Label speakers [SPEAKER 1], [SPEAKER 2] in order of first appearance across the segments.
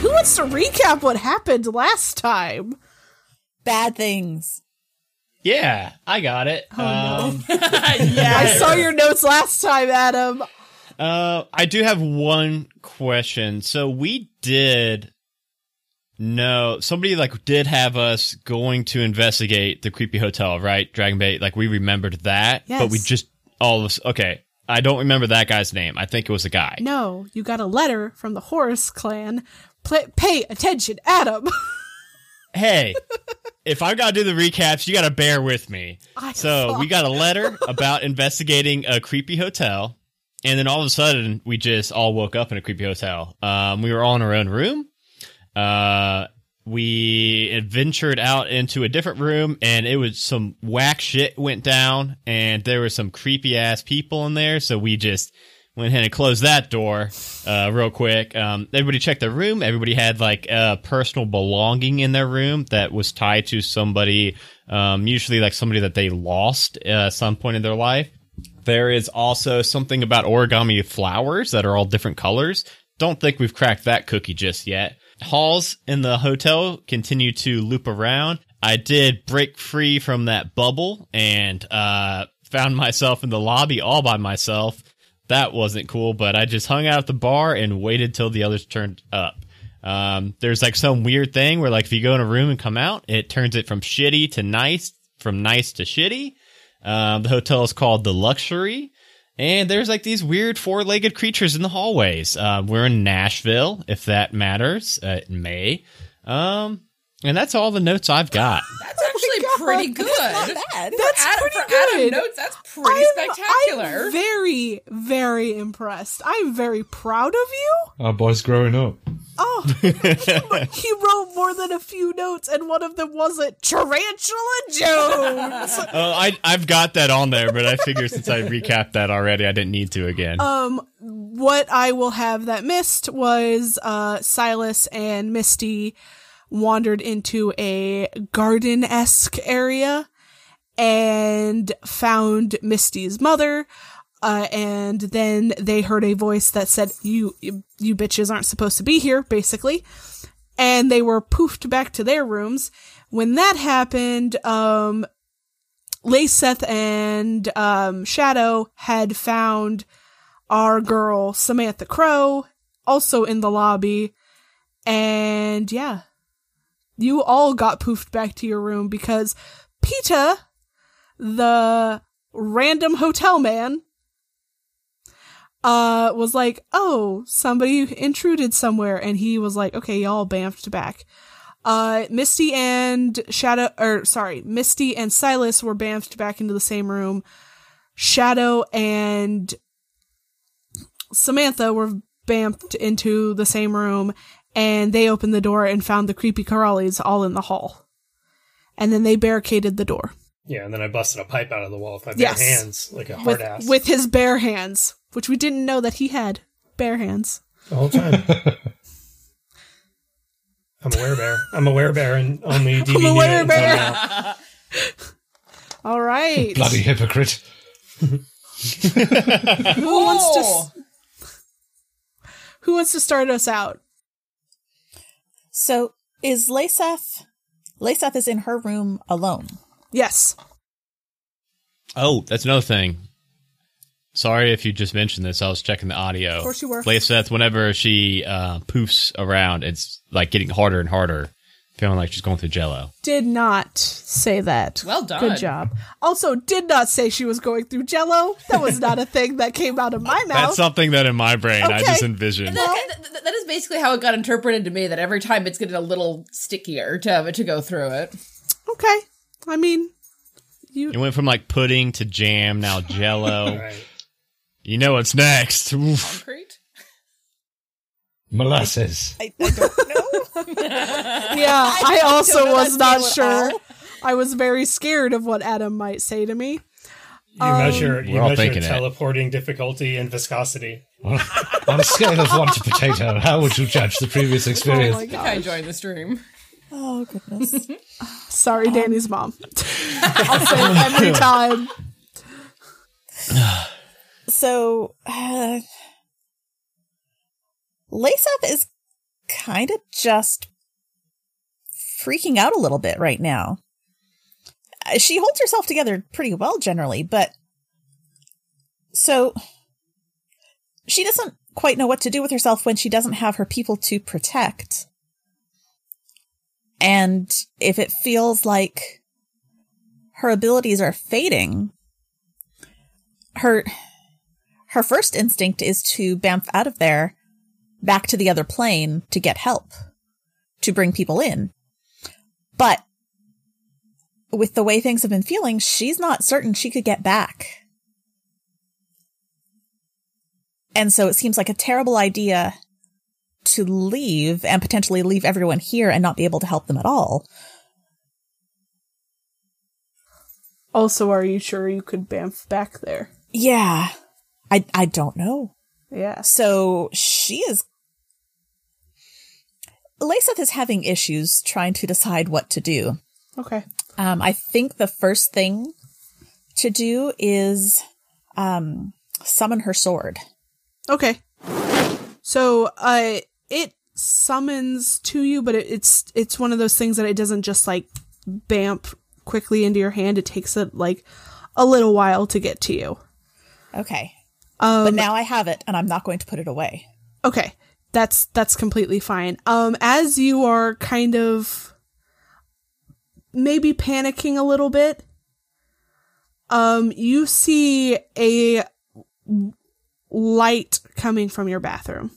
[SPEAKER 1] Who wants to recap what happened last time?
[SPEAKER 2] Bad things.
[SPEAKER 3] Yeah, I got it. um,
[SPEAKER 1] Yeah, I saw your notes last time, Adam.
[SPEAKER 3] uh, I do have one question. So we did no somebody like did have us going to investigate the creepy hotel, right? Dragon Bait. Like we remembered that, but we
[SPEAKER 1] Yes.
[SPEAKER 3] just all of us. Okay, I don't remember that guy's name. I think it was a guy.
[SPEAKER 1] No, you got a letter from the Horus clan. Pla pay attention, Adam.
[SPEAKER 3] hey, if I gotta do the recaps, you gotta bear with me.
[SPEAKER 1] I
[SPEAKER 3] so we got a letter about investigating a creepy hotel, and then all of a sudden we just all woke up in a creepy hotel. Um, we were all in our own room. Uh, we ventured out into a different room, and it was some whack shit went down, and there were some creepy ass people in there. So we just went ahead and closed that door uh, real quick. Um, everybody checked their room. Everybody had like a personal belonging in their room that was tied to somebody, um, usually like somebody that they lost uh, at some point in their life. There is also something about origami flowers that are all different colors. Don't think we've cracked that cookie just yet. Halls in the hotel continue to loop around. I did break free from that bubble and uh, found myself in the lobby all by myself. That wasn't cool, but I just hung out at the bar and waited till the others turned up. Um, there's like some weird thing where like if you go in a room and come out, it turns it from shitty to nice, from nice to shitty. Um, the hotel is called the Luxury, and there's like these weird four-legged creatures in the hallways. Um, we're in Nashville, if that matters. Uh, it may. Um, and that's all the notes I've got.
[SPEAKER 2] "Oh
[SPEAKER 4] That's actually pretty good.
[SPEAKER 2] Bad.
[SPEAKER 1] That's
[SPEAKER 4] Adam,
[SPEAKER 1] pretty
[SPEAKER 4] for
[SPEAKER 1] good.
[SPEAKER 4] Adam notes, that's pretty spectacular.
[SPEAKER 1] I'm very, very impressed. I'm very proud of you.
[SPEAKER 5] Our boy's growing up.
[SPEAKER 1] Oh, he, wr- he wrote more than a few notes, and one of them wasn't Tarantula Jones.
[SPEAKER 3] Oh, I I've got that on there, but I figure since I recapped that already, I didn't need to again.
[SPEAKER 1] Oh. what I will have that missed was uh, Silas and Misty wandered into a garden esque area and found Misty's mother. Uh, and then they heard a voice that said, "You, you you bitches aren't supposed to be here," basically. And they were poofed back to their rooms. When that happened, um, Laceth and um, Shadow had found our girl Samantha Crow also in the lobby. And yeah, you all got poofed back to your room because Peta, the random hotel man, uh, was like, oh, somebody intruded somewhere. And he was like, okay, y'all bamfed back. Uh, Misty and Shadow, or sorry, Misty and Silas were bamfed back into the same room. Shadow and Samantha were bamped into the same room and they opened the door and found the creepy Corrales all in the hall. And then they barricaded the door
[SPEAKER 6] Yeah, and then I busted a pipe out of the wall with my bare
[SPEAKER 1] Yes.
[SPEAKER 6] hands, like a hard
[SPEAKER 1] with,
[SPEAKER 6] ass.
[SPEAKER 1] with his bare hands, which we didn't know that he had bare hands.
[SPEAKER 6] the whole time. I'm a werebear. I'm a werebear and only DB
[SPEAKER 1] I'm a
[SPEAKER 6] knew it until
[SPEAKER 1] werebear.
[SPEAKER 6] now.
[SPEAKER 1] All right.
[SPEAKER 5] Bloody hypocrite.
[SPEAKER 1] Who wants to
[SPEAKER 4] Oh!
[SPEAKER 1] s- Who wants to start us out?
[SPEAKER 2] So is Lacef? Lacef is in her room alone.
[SPEAKER 1] Yes.
[SPEAKER 3] Oh, that's another thing. Sorry if you just mentioned this. I was checking the audio. Of
[SPEAKER 1] course you were.
[SPEAKER 3] Laceth, whenever she uh, poofs around, it's like getting harder and harder, feeling like she's going through jello.
[SPEAKER 1] Did not say that.
[SPEAKER 4] Well done.
[SPEAKER 1] Good job. Also, did not say she was going through jello. That was not a thing that came out of my mouth.
[SPEAKER 3] That's something that in my brain I
[SPEAKER 1] Okay.
[SPEAKER 3] just envisioned.
[SPEAKER 4] That- that- that- that is basically how it got interpreted to me. That every time it's getting a little stickier to have it to go through it.
[SPEAKER 1] Okay. I mean,
[SPEAKER 3] It went from like pudding to jam, now jello.
[SPEAKER 6] Right.
[SPEAKER 3] You know what's next. Oof.
[SPEAKER 4] Concrete?
[SPEAKER 5] Molasses.
[SPEAKER 2] I, I don't know.
[SPEAKER 1] Yeah, I also
[SPEAKER 2] know
[SPEAKER 1] was
[SPEAKER 2] that
[SPEAKER 1] not
[SPEAKER 2] scale at
[SPEAKER 1] sure. I was very scared of what Adam might say to me.
[SPEAKER 6] You
[SPEAKER 1] Um,
[SPEAKER 6] measure you
[SPEAKER 3] We're all
[SPEAKER 6] measure
[SPEAKER 3] thinking it.
[SPEAKER 6] teleporting difficulty and viscosity.
[SPEAKER 5] On a scale of one to potato, how would you judge the previous experience?
[SPEAKER 1] Oh my
[SPEAKER 4] I
[SPEAKER 1] god.
[SPEAKER 4] joined the stream.
[SPEAKER 2] Oh goodness.
[SPEAKER 1] Sorry, Danny's mom. I'll say it every time.
[SPEAKER 2] So, uh, lace up is kind of just freaking out a little bit right now. Uh, She holds herself together pretty well generally, but so she doesn't quite know what to do with herself when she doesn't have her people to protect. And if it feels like her abilities are fading, her her first instinct is to bamf out of there back to the other plane to get help to bring people in but with the way things have been feeling she's not certain she could get back and so it seems like a terrible idea to leave and potentially leave everyone here and not be able to help them at all
[SPEAKER 1] Also, are you sure you could bamf back there?
[SPEAKER 2] yeah i i don't know
[SPEAKER 1] Yes.
[SPEAKER 2] So she is. Laceth is having issues trying to decide what to do.
[SPEAKER 1] Okay.
[SPEAKER 2] Um, I think the first thing to do is um, summon her sword.
[SPEAKER 1] Okay. So, uh, it summons to you, but it, it's it's one of those things that it doesn't just like bamp quickly into your hand. It takes it like a little while to get to you.
[SPEAKER 2] Okay.
[SPEAKER 1] Um,
[SPEAKER 2] But now I have it, and I'm not going to put it away.
[SPEAKER 1] okay that's that's completely fine um as you are kind of maybe panicking a little bit um you see a light coming from your bathroom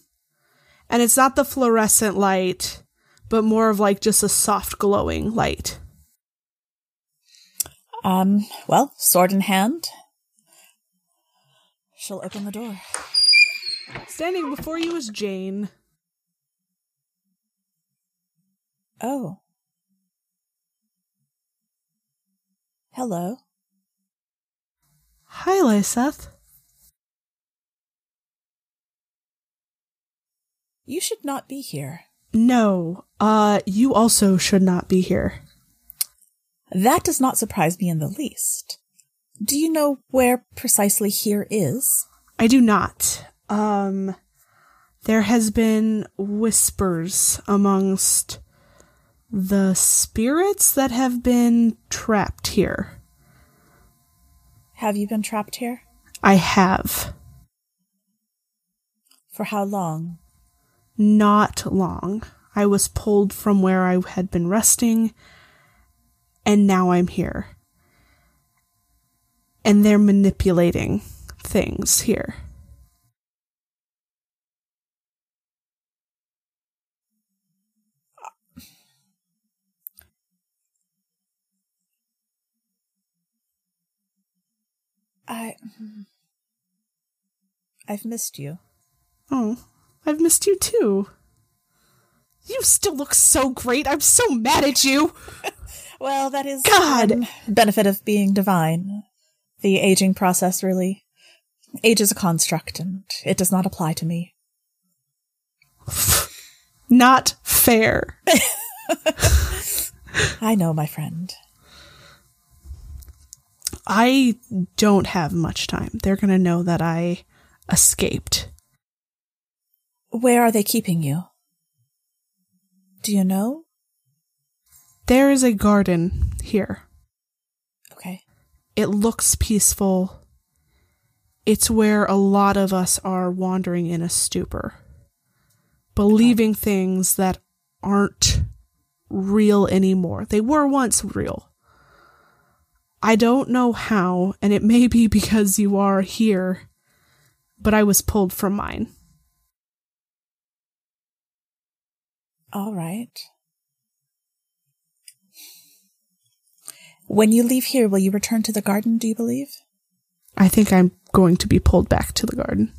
[SPEAKER 1] and it's not the fluorescent light but more of like just a soft glowing light
[SPEAKER 2] Um, well, sword in hand. She'll open the door.
[SPEAKER 1] standing before you is jane
[SPEAKER 2] Oh. Hello.
[SPEAKER 1] hi lyseth
[SPEAKER 2] You should not be here.
[SPEAKER 1] no uh you also should not be here
[SPEAKER 2] That does not surprise me in the least. Do you know where precisely here is?
[SPEAKER 1] I do not. Um, there has been whispers amongst the spirits that have been trapped here.
[SPEAKER 2] Have you been trapped here?
[SPEAKER 1] I have
[SPEAKER 2] For how long?
[SPEAKER 1] not long. I was pulled from where I had been resting, and now I'm here. And they're manipulating things here.
[SPEAKER 2] I. hmm, I've missed you.
[SPEAKER 1] Oh, I've missed you too. You still look so great. I'm so mad at you.
[SPEAKER 2] Well, that is
[SPEAKER 1] God!
[SPEAKER 2] one benefit of being divine. The aging process really. Age is a construct, and it does not apply to me.
[SPEAKER 1] Not fair.
[SPEAKER 2] I know, my friend.
[SPEAKER 1] I don't have much time. They're going to know that I escaped.
[SPEAKER 2] Where are they keeping you? Do you know?
[SPEAKER 1] There is a garden here.
[SPEAKER 2] Okay.
[SPEAKER 1] It looks peaceful. It's where a lot of us are wandering in a stupor, believing things that aren't real anymore. They were once real. I don't know how, and it may be because you are here, but I was pulled from mine.
[SPEAKER 2] All right. When you leave here, will you return to the garden, do you believe?
[SPEAKER 1] I think I'm going to be pulled back to the garden.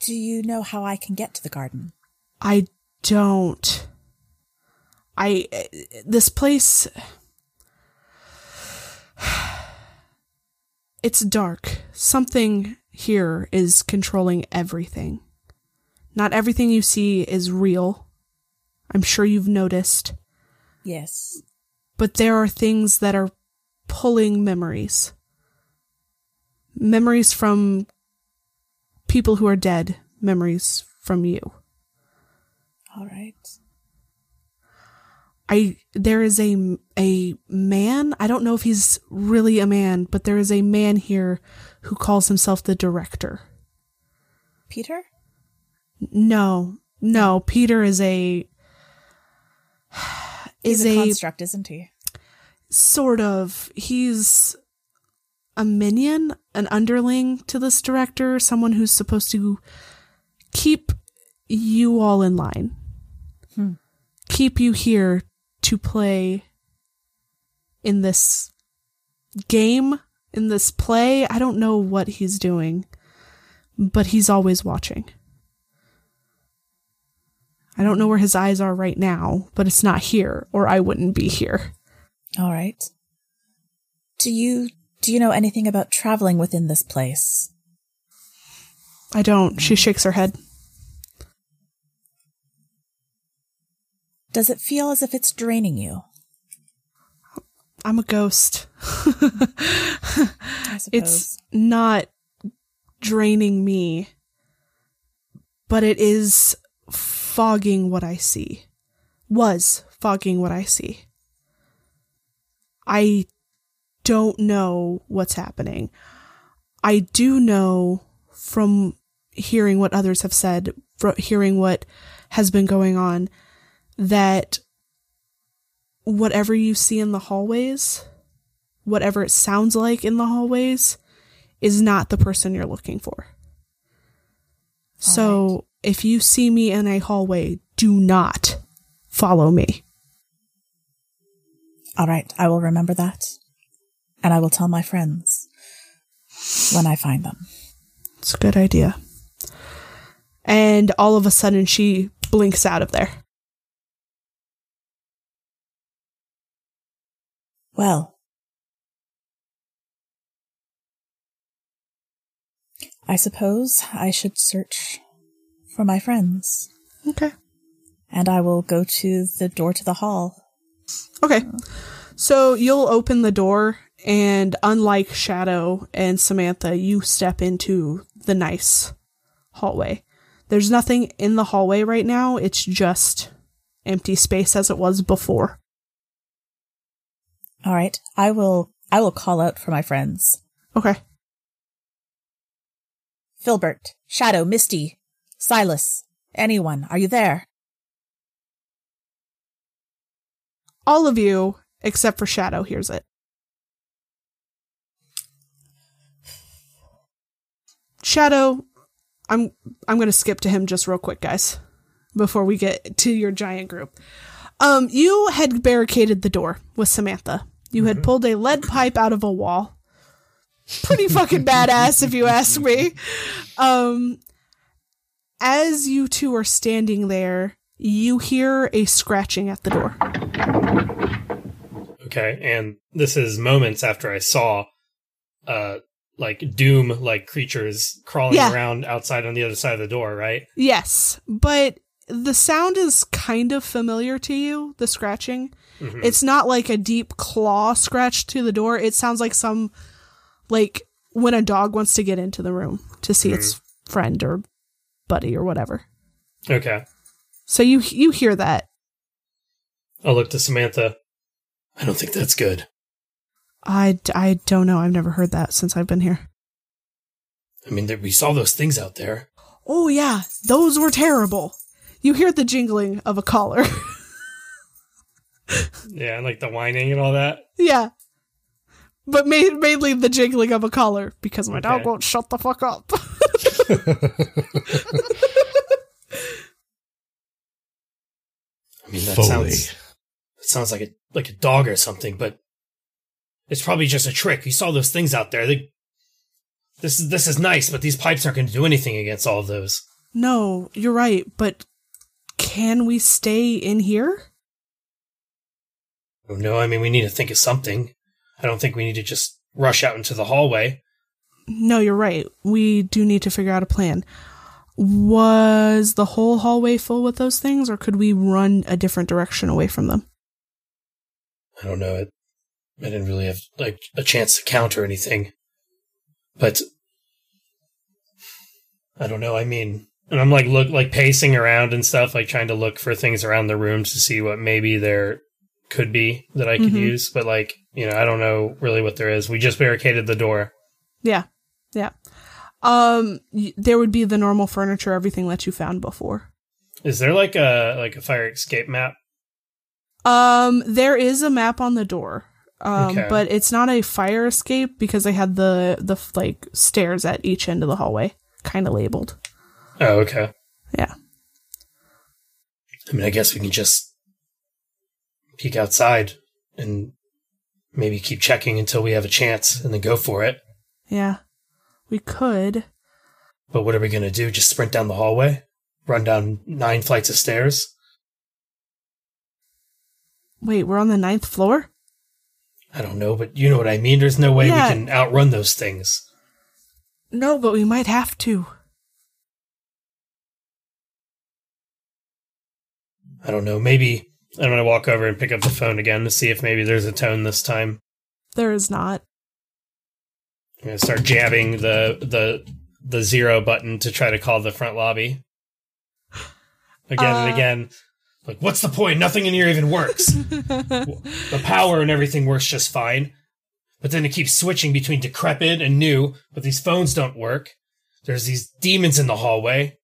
[SPEAKER 2] Do you know how I can get to the garden?
[SPEAKER 1] I don't. I this place It's dark. Something here is controlling everything. Not everything you see is real. I'm sure you've noticed,
[SPEAKER 2] Yes.
[SPEAKER 1] but there are things that are pulling memories. Memories from people who are dead, memories from you.
[SPEAKER 2] All right.
[SPEAKER 1] I there is a a man. I don't know if he's really a man, but there is a man here who calls himself the director.
[SPEAKER 2] Peter?
[SPEAKER 1] No, no, Peter is a
[SPEAKER 2] He's
[SPEAKER 1] is
[SPEAKER 2] a,
[SPEAKER 1] a
[SPEAKER 2] construct, isn't he?
[SPEAKER 1] sort of he's a minion, an underling to this director, someone who's supposed to keep you all in line. Keep you here to play in this game, in this play. I don't know what he's doing, but he's always watching. I don't know where his eyes are right now, but it's not here, or I wouldn't be here.
[SPEAKER 2] All right. Do you do you know anything about traveling within this place?
[SPEAKER 1] I don't. She shakes her head.
[SPEAKER 2] Does it feel as if it's draining you?
[SPEAKER 1] I'm a ghost.
[SPEAKER 2] I suppose.
[SPEAKER 1] it's not draining me, but it is fogging what I see. Was fogging what I see. I don't know what's happening. I do know from hearing what others have said, from hearing what has been going on, that whatever you see in the hallways, whatever it sounds like in the hallways, is not the person you're looking for. so if you see me in a hallway, do not follow me.
[SPEAKER 2] All right, I will remember that. And I will tell my friends when I find them.
[SPEAKER 1] It's a good idea. And all of a sudden, she blinks out of there.
[SPEAKER 2] Well, I suppose I should search for my friends,
[SPEAKER 1] Okay.
[SPEAKER 2] and I will go to the door to the hall.
[SPEAKER 1] Okay. So you'll open the door, and unlike Shadow and Samantha, you step into the nice hallway. There's nothing in the hallway right now, it's just empty space as it was before.
[SPEAKER 2] All right, I will. I will call out for my friends:
[SPEAKER 1] Okay.
[SPEAKER 2] Filbert, Shadow, Misty, Silas. Anyone? Are you there?
[SPEAKER 1] All of you, except for Shadow, hears it. Shadow, I'm I'm gonna skip to him just real quick, guys, before we get to your giant group. Um, you had barricaded the door with Samantha. You had pulled a lead pipe out of a wall. Pretty fucking badass, if you ask me. Um, as you two are standing there, you hear a scratching at the door.
[SPEAKER 6] Okay, and this is moments after I saw, uh, like doom like creatures crawling
[SPEAKER 1] Yeah.
[SPEAKER 6] around outside on the other side of the door. Right?
[SPEAKER 1] Yes, but the sound is kind of familiar to you, the scratching.
[SPEAKER 6] Mhm.
[SPEAKER 1] It's not like a deep claw scratch to the door. It sounds like some like when a dog wants to get into the room to see its friend or buddy or whatever.
[SPEAKER 6] Okay,
[SPEAKER 1] So you you hear that.
[SPEAKER 6] I'll look to Samantha. I don't think that's good.
[SPEAKER 1] I, I don't know. I've never heard that since I've been here.
[SPEAKER 6] I mean, there, we saw those things out there.
[SPEAKER 1] Oh yeah, those were terrible. You hear the jingling of a collar.
[SPEAKER 6] Yeah, and like the whining and all that.
[SPEAKER 1] Yeah. But ma- mainly the jiggling of a collar because my dog
[SPEAKER 6] Okay.
[SPEAKER 1] won't shut the fuck up.
[SPEAKER 6] I mean, that
[SPEAKER 5] Foley.
[SPEAKER 6] sounds it sounds like a like a dog or something, but It's probably just a trick. You saw those things out there. They, this is this is nice, but these pipes aren't going to do anything against all of those.
[SPEAKER 1] No, you're right, but can we stay in here?
[SPEAKER 6] Oh no! I mean, we need to think of something. I don't think we need to just rush out into the hallway.
[SPEAKER 1] No, you're right. We do need to figure out a plan. Was the whole hallway full with those things, or could we run a different direction away from them?
[SPEAKER 6] I don't know. It, I didn't really have like a chance to count or anything. But I don't know. I mean, and I'm like look like pacing around and stuff, like trying to look for things around the room to see what maybe there could be that I could
[SPEAKER 1] Mhm.
[SPEAKER 6] use. But like you know, I don't know really what there is. We just barricaded the door.
[SPEAKER 1] Yeah, yeah. Um, y- there would be the normal furniture, everything that you found before.
[SPEAKER 6] Is there like a like a fire escape map?
[SPEAKER 1] Um, there is a map on the door, um,
[SPEAKER 6] Okay.
[SPEAKER 1] but it's not a fire escape because they had the the like stairs at each end of the hallway, kind of labeled.
[SPEAKER 6] Oh, okay.
[SPEAKER 1] Yeah.
[SPEAKER 6] I mean, I guess we can just peek outside and maybe keep checking until we have a chance and then go for it.
[SPEAKER 1] Yeah, we could.
[SPEAKER 6] But what are we going to do? Just sprint down the hallway? Run down nine flights of stairs?
[SPEAKER 1] Wait, we're on the ninth floor.
[SPEAKER 6] I don't know, but you know what I mean. There's no way
[SPEAKER 1] Yeah.
[SPEAKER 6] we can outrun those things.
[SPEAKER 1] No, but we might have to.
[SPEAKER 6] I don't know. Maybe I'm going to walk over and pick up the phone again to see if maybe there's a tone this time.
[SPEAKER 1] There is not.
[SPEAKER 6] I'm going to start jabbing the the the zero button to try to call the front lobby. Again and
[SPEAKER 1] Uh.
[SPEAKER 6] again. Like, what's the point? Nothing in here even works. the power and everything works just fine. But then it keeps switching between decrepit and new, but these phones don't work. There's these demons in the hallway.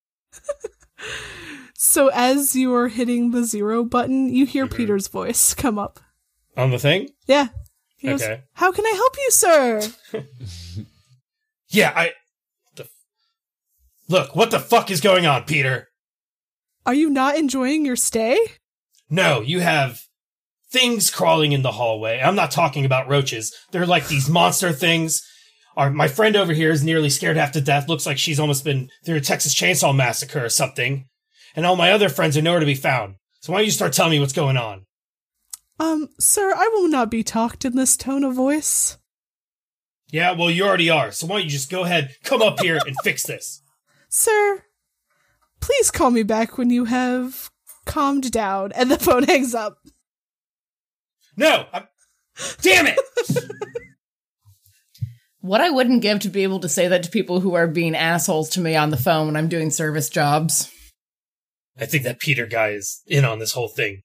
[SPEAKER 1] So as you are hitting the zero button, you hear Peter's voice come up.
[SPEAKER 6] On the thing?
[SPEAKER 1] Yeah. He goes,
[SPEAKER 6] Okay.
[SPEAKER 1] How can I help you, sir?
[SPEAKER 6] Yeah, I. The, f- look, what the fuck is going on, Peter?
[SPEAKER 1] Are you not enjoying your stay?
[SPEAKER 6] No, you have things crawling in the hallway. I'm not talking about roaches. They're like these monster things. Our, my friend over here is nearly scared half to death. Looks like she's almost been through a Texas Chainsaw Massacre or something. And all my other friends are nowhere to be found. So why don't you start telling me what's going on?
[SPEAKER 1] Um, sir, I will not be talked in this tone of voice.
[SPEAKER 6] Yeah, well, you already are. So why don't you just go ahead, come up here, and fix this?
[SPEAKER 1] Sir, please call me back when you have calmed down. And the phone hangs up.
[SPEAKER 6] No! I'm, damn it!
[SPEAKER 4] What I wouldn't give to be able to say that to people who are being assholes to me on the phone when I'm doing service jobs.
[SPEAKER 6] I think that Peter guy is in on this whole thing.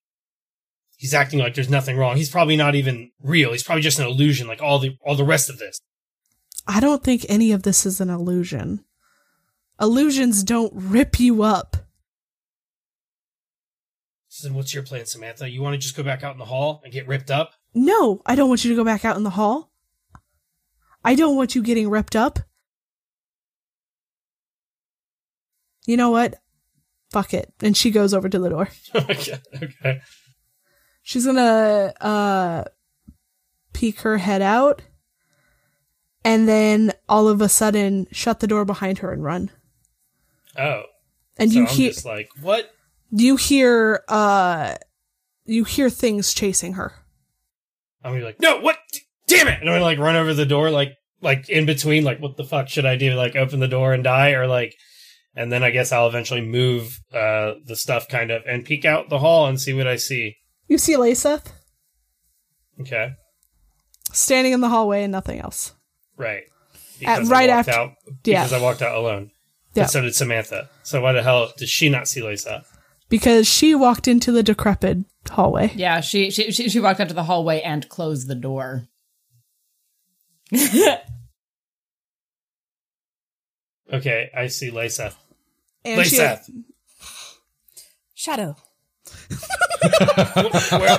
[SPEAKER 6] He's acting like there's nothing wrong. He's probably not even real. He's probably just an illusion, like all the all the rest of this.
[SPEAKER 1] I don't think any of this is an illusion. Illusions don't rip you up.
[SPEAKER 6] So then what's your plan, Samantha? You want to just go back out in the hall and get ripped up?
[SPEAKER 1] No, I don't want you to go back out in the hall. I don't want you getting ripped up. You know what? Fuck it. And she goes over to the door.
[SPEAKER 6] okay, okay.
[SPEAKER 1] She's gonna uh peek her head out and then all of a sudden shut the door behind her and run.
[SPEAKER 6] Oh,
[SPEAKER 1] And
[SPEAKER 6] so
[SPEAKER 1] you
[SPEAKER 6] I'm
[SPEAKER 1] hear
[SPEAKER 6] just like, what?
[SPEAKER 1] you hear uh you hear things chasing her.
[SPEAKER 6] I'm gonna be like, no, what? D- Damn it! And I'm gonna like run over the door, like like in between, like what the fuck should I do? Like open the door and die, or like, and then I guess I'll eventually move uh the stuff kind of and peek out the hall and see what I see.
[SPEAKER 1] You see Laseth
[SPEAKER 6] Okay,
[SPEAKER 1] standing in the hallway and nothing else.
[SPEAKER 6] right. I
[SPEAKER 1] right
[SPEAKER 6] walked
[SPEAKER 1] after-
[SPEAKER 6] out,
[SPEAKER 1] yeah.
[SPEAKER 6] because I walked out alone.
[SPEAKER 1] Yeah.
[SPEAKER 6] And so did Samantha. So why the hell did she not see Lisa?
[SPEAKER 1] because she walked into the decrepit hallway.
[SPEAKER 4] Yeah, she she she, she walked out to the hallway and closed the door.
[SPEAKER 6] Okay, I see Lisa.
[SPEAKER 1] And she,
[SPEAKER 6] Lisa,
[SPEAKER 2] Shadow.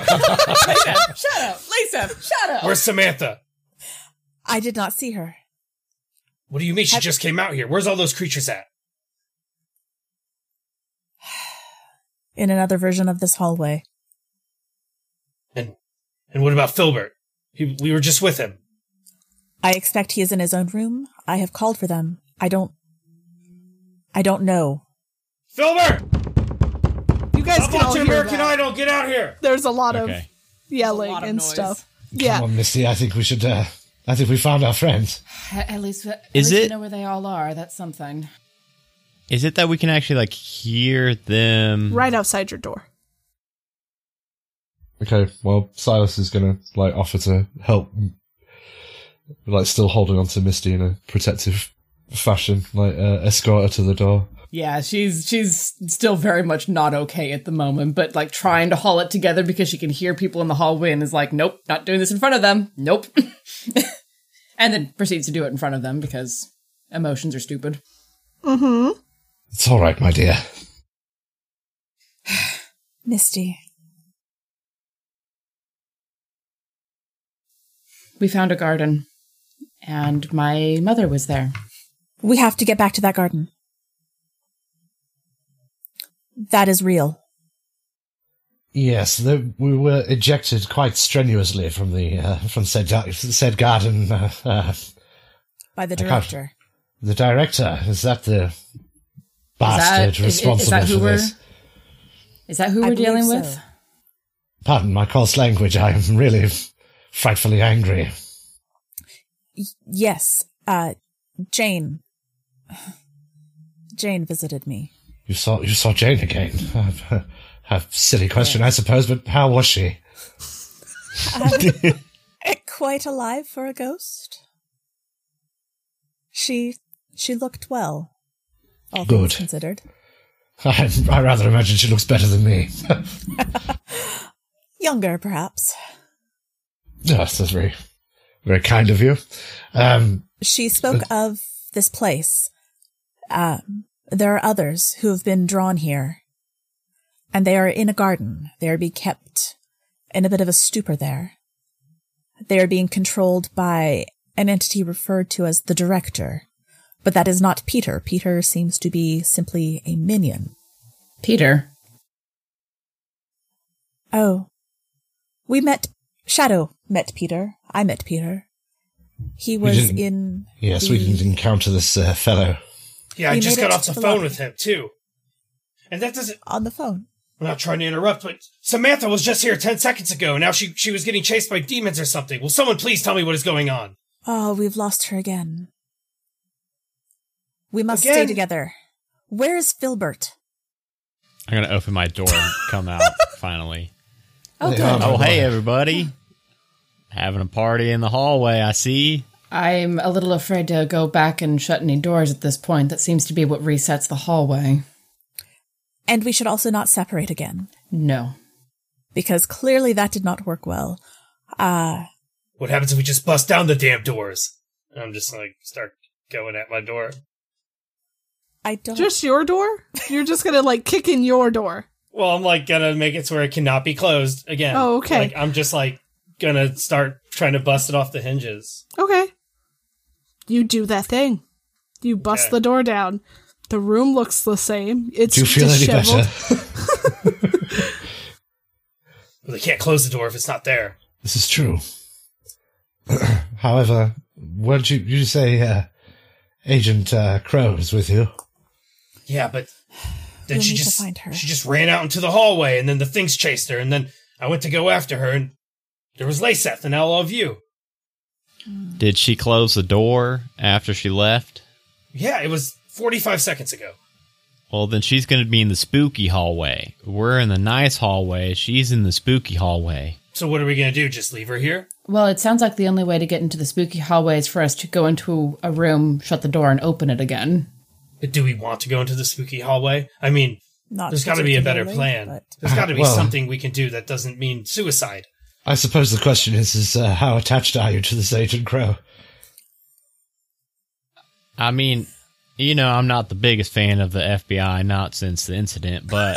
[SPEAKER 4] shut up, Lisa. Shut up.
[SPEAKER 6] where's Samantha?
[SPEAKER 2] I did not see her.
[SPEAKER 6] What do you mean she just came out here? Where's all those creatures at?
[SPEAKER 2] In another version of this hallway.
[SPEAKER 6] And and what about Filbert? He, we were just with him.
[SPEAKER 2] I expect he is in his own room. I have called for them. I don't. I don't know.
[SPEAKER 6] Filmer!
[SPEAKER 1] You guys
[SPEAKER 6] Stop
[SPEAKER 1] can all
[SPEAKER 6] watching
[SPEAKER 1] hear
[SPEAKER 6] American
[SPEAKER 1] that.
[SPEAKER 6] Idol! Get out here!
[SPEAKER 1] There's a lot of
[SPEAKER 3] Okay.
[SPEAKER 1] yelling
[SPEAKER 4] A lot of
[SPEAKER 1] and
[SPEAKER 4] noise.
[SPEAKER 1] stuff.
[SPEAKER 5] Come
[SPEAKER 1] Yeah,
[SPEAKER 5] on, Misty. I think we should. Uh, I think we found our friends.
[SPEAKER 4] At at least, at
[SPEAKER 3] Is
[SPEAKER 4] least we
[SPEAKER 3] it-
[SPEAKER 4] know where they all are. That's something.
[SPEAKER 3] Is it that we can actually like hear them?
[SPEAKER 1] right outside your door.
[SPEAKER 5] Okay, well, Silas is gonna like offer to help, like still holding on to Misty in a protective fashion, like uh, escort her to the door.
[SPEAKER 4] Yeah, she's she's still very much not okay at the moment, but like trying to haul it together because she can hear people in the hallway and is like, "Nope, not doing this in front of them. Nope." and then proceeds to do it in front of them because emotions are stupid.
[SPEAKER 1] Mm-hmm.
[SPEAKER 5] It's all right, my dear.
[SPEAKER 2] Misty.
[SPEAKER 4] We found a garden and my mother was there.
[SPEAKER 2] We have to get back to that garden. That is real.
[SPEAKER 5] Yes, the, we were ejected quite strenuously from the uh, from said da- said garden. Uh, uh,
[SPEAKER 2] By the
[SPEAKER 5] I can't-
[SPEAKER 2] director.
[SPEAKER 5] the director is that the
[SPEAKER 4] that-
[SPEAKER 5] bastard
[SPEAKER 4] is- is- is
[SPEAKER 5] responsible
[SPEAKER 4] that who
[SPEAKER 5] for
[SPEAKER 4] we're-
[SPEAKER 5] this?
[SPEAKER 4] Is that who
[SPEAKER 2] I
[SPEAKER 4] we're
[SPEAKER 2] believe
[SPEAKER 4] dealing
[SPEAKER 2] so.
[SPEAKER 4] with?
[SPEAKER 5] Pardon my coarse language. I am really frightfully angry.
[SPEAKER 2] Yes. Uh, Jane. Jane visited me.
[SPEAKER 5] You saw you saw Jane again. A silly question, I suppose, but how was she?
[SPEAKER 2] Eh, Quite alive for a ghost. She she looked well. All things
[SPEAKER 5] Good.
[SPEAKER 2] considered.
[SPEAKER 5] I, I rather imagine she looks better than me.
[SPEAKER 2] Younger, perhaps.
[SPEAKER 5] yes, that's very, very kind of you. Um,
[SPEAKER 2] She spoke of this place. Um, there are others who have been drawn here, and they are in a garden. They are being kept in a bit of a stupor there. They are being controlled by an entity referred to as the Director, but that is not Peter. Peter seems to be simply a minion.
[SPEAKER 4] Peter.
[SPEAKER 2] Oh, we met. Shadow met Peter. I met Peter. He was
[SPEAKER 5] didn't-
[SPEAKER 2] in.
[SPEAKER 5] yes,
[SPEAKER 2] the-
[SPEAKER 5] we didn't encounter this uh, fellow.
[SPEAKER 6] Yeah, I
[SPEAKER 2] We
[SPEAKER 6] just
[SPEAKER 2] made
[SPEAKER 6] got
[SPEAKER 2] it
[SPEAKER 6] off
[SPEAKER 2] to
[SPEAKER 6] the
[SPEAKER 2] the
[SPEAKER 6] phone
[SPEAKER 2] lobby.
[SPEAKER 6] with him, too. And that doesn't.
[SPEAKER 2] on the phone.
[SPEAKER 6] I'm not trying to interrupt, but Samantha was just here 10 seconds ago, and now she, she was getting chased by demons or something. Will someone please tell me what is going on?
[SPEAKER 2] Oh, we've lost her again. We must stay
[SPEAKER 6] Again?
[SPEAKER 2] together. Where is Filbert?
[SPEAKER 3] I'm gonna open my door and come out finally.
[SPEAKER 5] Oh,
[SPEAKER 3] Oh
[SPEAKER 5] my
[SPEAKER 3] hey
[SPEAKER 5] God.
[SPEAKER 3] everybody! Having a party in the hallway. I see.
[SPEAKER 4] I'm a little afraid to go back and shut any doors at this point. That seems to be what resets the hallway.
[SPEAKER 2] And we should also not separate again,
[SPEAKER 4] No.
[SPEAKER 2] because clearly that did not work well. Uh,
[SPEAKER 6] What happens if we just bust down the damn doors? And I'm just like, start going at my door.
[SPEAKER 2] I don't.
[SPEAKER 1] Just your door? You're just gonna like kick in your door.
[SPEAKER 6] Well, I'm like gonna make it to where it cannot be closed again.
[SPEAKER 1] Oh, okay.
[SPEAKER 6] Like I'm just like gonna start trying to bust it off the hinges.
[SPEAKER 1] Okay. You do that thing. You bust
[SPEAKER 6] Okay.
[SPEAKER 1] the door down. The room looks the same. It's
[SPEAKER 5] Do you feel any
[SPEAKER 1] disheveled.
[SPEAKER 5] better?
[SPEAKER 6] Well, they can't close the door if it's not there.
[SPEAKER 5] This is true. However, what did you you say? Uh, Agent uh, Crow is with you.
[SPEAKER 6] Yeah, but then
[SPEAKER 2] We'll
[SPEAKER 6] she
[SPEAKER 2] need to
[SPEAKER 6] just
[SPEAKER 2] find her.
[SPEAKER 6] she just ran out into the hallway, and then the things chased her, and then I went to go after her, and there was Laceth and now all of you.
[SPEAKER 3] Did she close the door after she left?
[SPEAKER 6] Yeah, it was 45 seconds ago.
[SPEAKER 3] Well, then she's going to be in the spooky hallway. We're in the nice hallway. She's in the spooky hallway.
[SPEAKER 6] So what are we gonna do? Just leave her here?
[SPEAKER 4] Well, it sounds like the only way to get into the spooky hallway is for us to go into a room, shut the door, and open it again.
[SPEAKER 6] But do we want to go into the spooky hallway? I mean,
[SPEAKER 2] Not
[SPEAKER 6] there's got to be a better
[SPEAKER 2] particularly,
[SPEAKER 6] plan.
[SPEAKER 2] but-
[SPEAKER 6] There's got to be
[SPEAKER 5] Well-
[SPEAKER 6] something we can do that doesn't mean suicide.
[SPEAKER 5] I suppose the question is: is uh, how attached are you to this Agent Crow?
[SPEAKER 3] I mean, you know, I'm not the biggest fan of the FBI, not since the incident, but